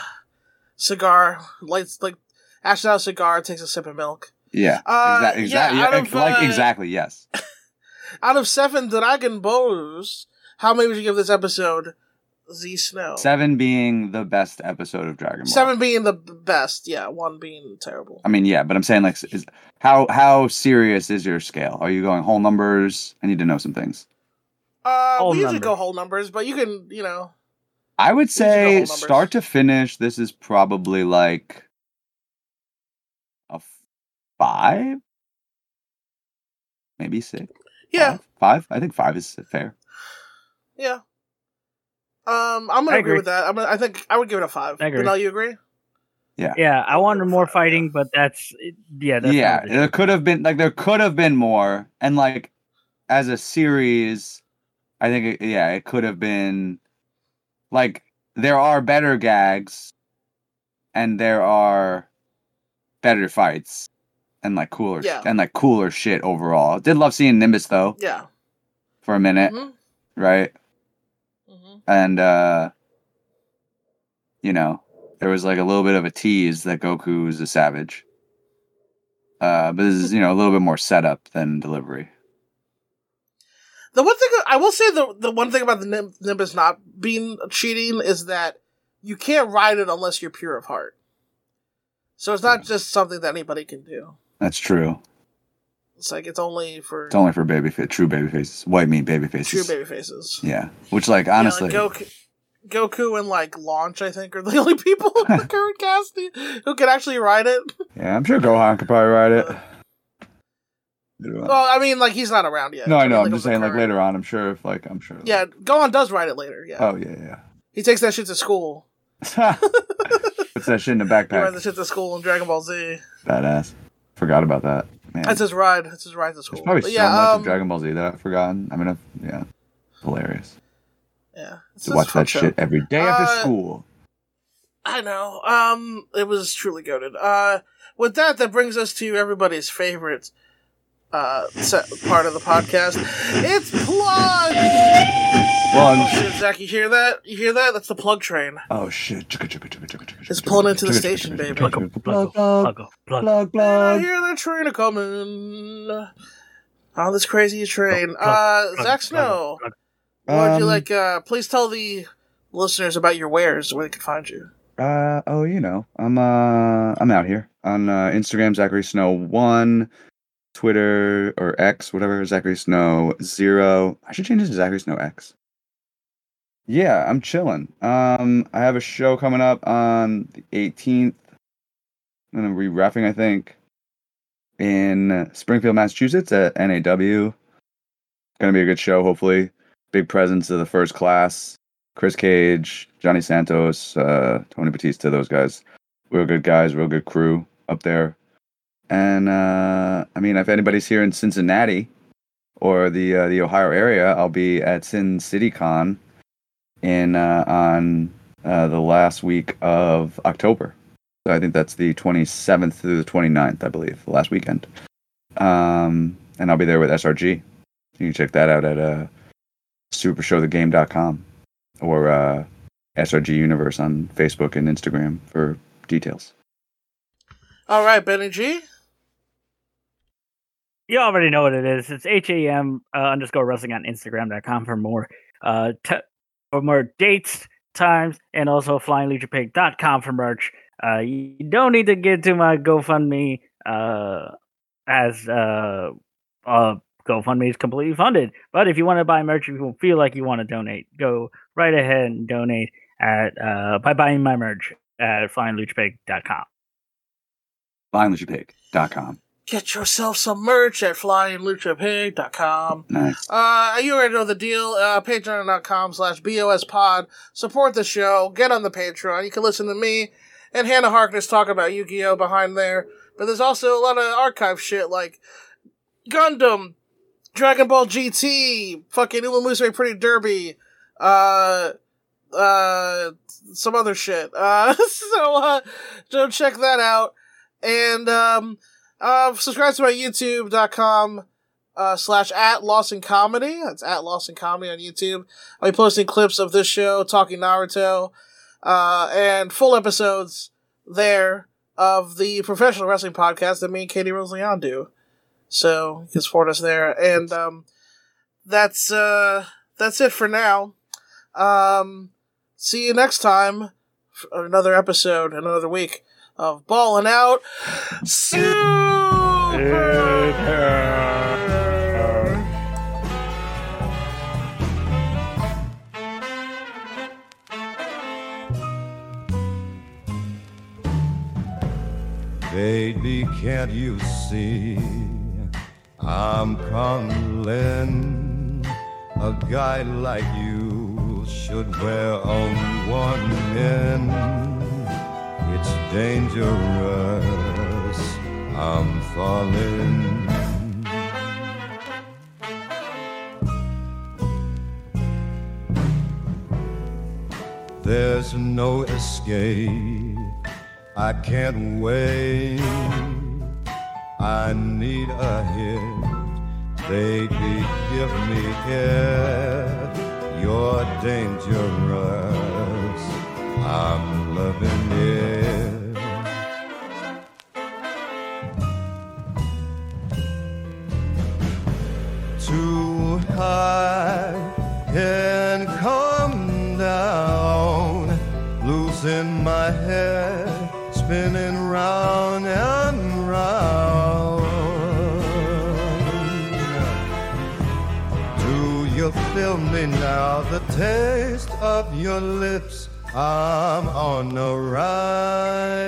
cigar lights like Ashton out a cigar, takes a sip of milk.
Yeah.
Uh,
exactly.
yeah,
exactly.
out of,
like
uh,
exactly, yes.
Out of seven Dragon Balls, how many would you give this episode? Z Snow.
Seven being the best episode of Dragon Ball.
Oh. Seven being the b- best. Yeah, one being terrible.
I mean, yeah, but I'm saying like is, how how serious is your scale? Are you going whole numbers? I need to know some things.
Uh,
Whole
we usually
numbers.
go whole numbers, but you can, you know,
I would
should go whole
say
numbers.
start to finish, this is probably like a f- five, maybe six.
yeah,
five. I think five is fair.
yeah. Um, I'm gonna
I
agree.
agree.
with that. I'm gonna, I think I would give it a five.
I agree.
Now you agree?
Yeah, I wanted more fighting, but that's yeah, that's
yeah,
not the-
there could have been like there could have been more, and like as a series, I think it, yeah, it could have been like there are better gags, and there are better fights, and like cooler
Yeah.
and like cooler shit overall. Did love seeing Nimbus though
Yeah.
for a minute,
hmm
right?
hmm
and uh you know there was like a little bit of a tease that goku is a savage uh but this is you know a little bit more setup than delivery
The one thing I will say the the one thing about the Nim- Nimbus not being cheating is that you can't ride it unless you're pure of heart. So it's not just something that anybody can do.
that's true
It's like it's only for
it's only for baby fa- true baby faces white meat baby faces
true baby faces.
yeah which like honestly
Yeah, like Goku, Goku and like Launch, I think, are the only people in the current cast who can actually ride it.
yeah i'm sure gohan could probably ride it
Uh,
Later on.
Well, I mean, like he's not around yet.
no i know
mean,
i'm
of
just
the
saying like
current-
later on i'm sure if like i'm sure
Yeah, Gohan does ride it later. Yeah,
oh yeah yeah
he takes that shit to school.
puts that shit in the
He rides the
backpack
shit to school in Dragon Ball Z.
badass forgot about that man
That's his ride. That's his ride to school.
There's probably
But
so
yeah,
much
um,
of Dragon Ball Z that I've forgotten. I mean, I've, yeah, hilarious
Yeah, it's
to
it's a
watch
fun
that
show.
shit every day
Uh,
after school.
I know. Um, it was truly goaded. Uh, with that, that brings us to everybody's favorite uh set, part of the podcast. It's plug. Oh
Plunge.
shit, Zach, you hear that? You hear that? That's the plug train.
Oh shit! Chugga, chugga, chugga, chugga, chugga,
It's
chugga,
pulling
chugga,
into the
chugga,
station,
chugga,
baby.
chugga, chugga,
Plug,
Plug,
plug,
plug,
plug, plug.
plug,
I
plug.
hear the train a coming. On this crazy train.
Plug, plug,
Uh,
plug,
Zach
plug,
Snow,
plug.
what would you
Um,
like? Uh, please tell the listeners about your wares, where they can find you.
Uh oh, you know, I'm uh I'm out here on uh, Instagram, Zachary Snow one, Twitter or X, whatever, Zachary Snow zero. I should change it to Zachary Snow X. Yeah, I'm chilling. Um, I have a show coming up on the 18th. I'm gonna be refing, I think, in Springfield, Massachusetts at NAW. Gonna be a good show, hopefully. Big presence of the first class. Chris Cage, Johnny Santos, uh, Tony Batista, those guys. Real good guys, real good crew up there. And uh, I mean, if anybody's here in Cincinnati or the uh, the Ohio area, I'll be at Sin City Con in uh, on uh, the last week of October. So I think that's the 27th through the 29th, I believe, the last weekend. Um, and I'll be there with SRG. You can check that out at uh, supershowthegame.com or uh, SRG Universe on Facebook and Instagram for details.
All right, Benny G.
You already know what it is. It's HAM uh, underscore wrestling on Instagram.com for more uh, t- for more dates, times, and also flyingluchapig.com for merch. Uh, you don't need to get to my GoFundMe uh, as uh, uh, GoFundMe is completely funded. But if you want to buy merch, if you feel like you want to donate, go right ahead and donate at uh, by buying my merch at flyingluchapig.com.
FlyingLuchaPig.com.
Get yourself some merch at flyingluchapig.com.
Nice.
Uh, you already know the deal. Uh, patreon.com slash BOS pod. Support the show. Get on the Patreon. You can listen to me and Hannah Harkness talk about Yu Gi Oh! behind there. But there's also a lot of archive shit like Gundam, Dragon Ball GT, fucking Uma Musume Pretty Derby, uh, uh, some other shit. Uh, so, uh, so check that out. And, um, uh, subscribe to my youtube.com, uh, slash at Lawson Comedy. That's at Lawson Comedy on YouTube. I'll be posting clips of this show, Talking Naruto, uh, and full episodes there of the professional wrestling podcast that me and Katie Rose Leon do. So you can support us there. And, um, that's, uh, that's it for now. Um, see you next time for another episode, another week of Ballin' Out Super!
Baby, can't you see? I'm calling. A guy like you should wear only one end. It's dangerous. I'm falling. There's no escape. I can't wait. I need a hit. Baby, give me it. You're dangerous. I'm loving it. Too high and come down losing my head, spinning round and round. Do you feel me now? The taste of your lips, I'm on a ride.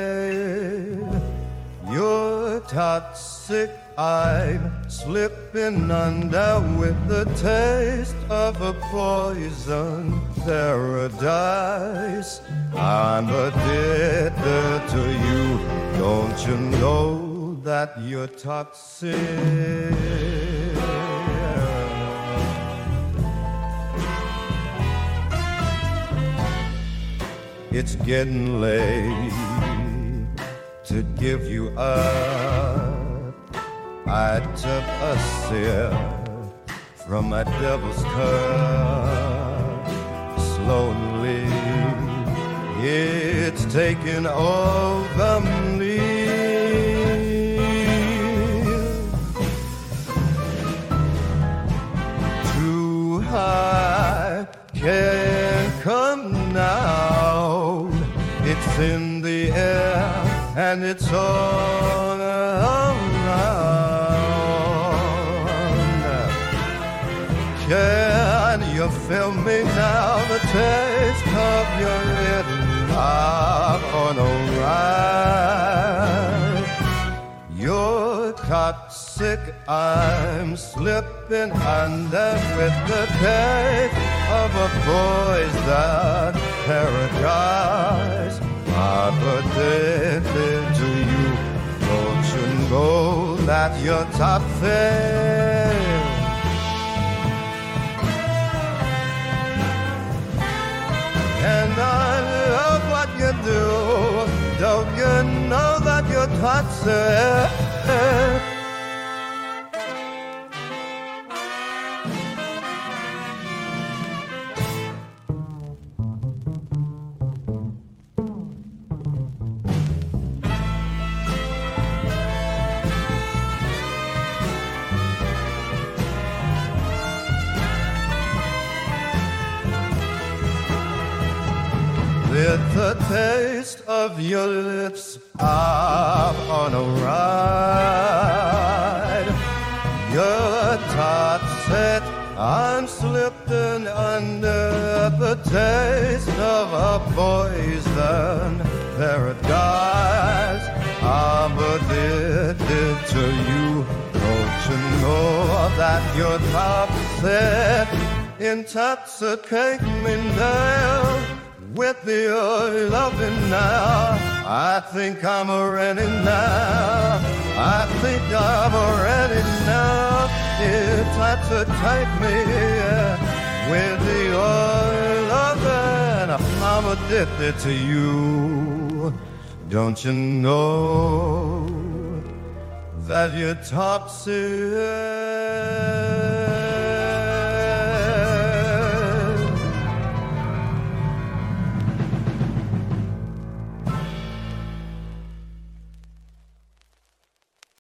You're toxic, I'm slipping under with the taste of a poison paradise. I'm addicted to you, don't you know that you're toxic? It's getting late to give you up. I took a sip from my devil's cup. Slowly, it's taking over me. too high can't come now. It's in the air and it's all around. Can you feel me now? The taste of your lip. I'm on a ride. You're toxic, I'm slipping under with the taste of a poison paradise. I'm addicted to you, don't you know that you're toxic? And I love what you do. Don't you know that you're toxic? With the taste of your lips, I'm on a ride. You're toxic, I'm slipping under the taste of a poison paradise. I'm addicted to future you. Don't you know that your top said, intoxicate me now with your loving now. I think I'm ready now. I think I'm ready now. Intoxicate me with your loving. I'm addicted to you. Don't you know that you're toxic?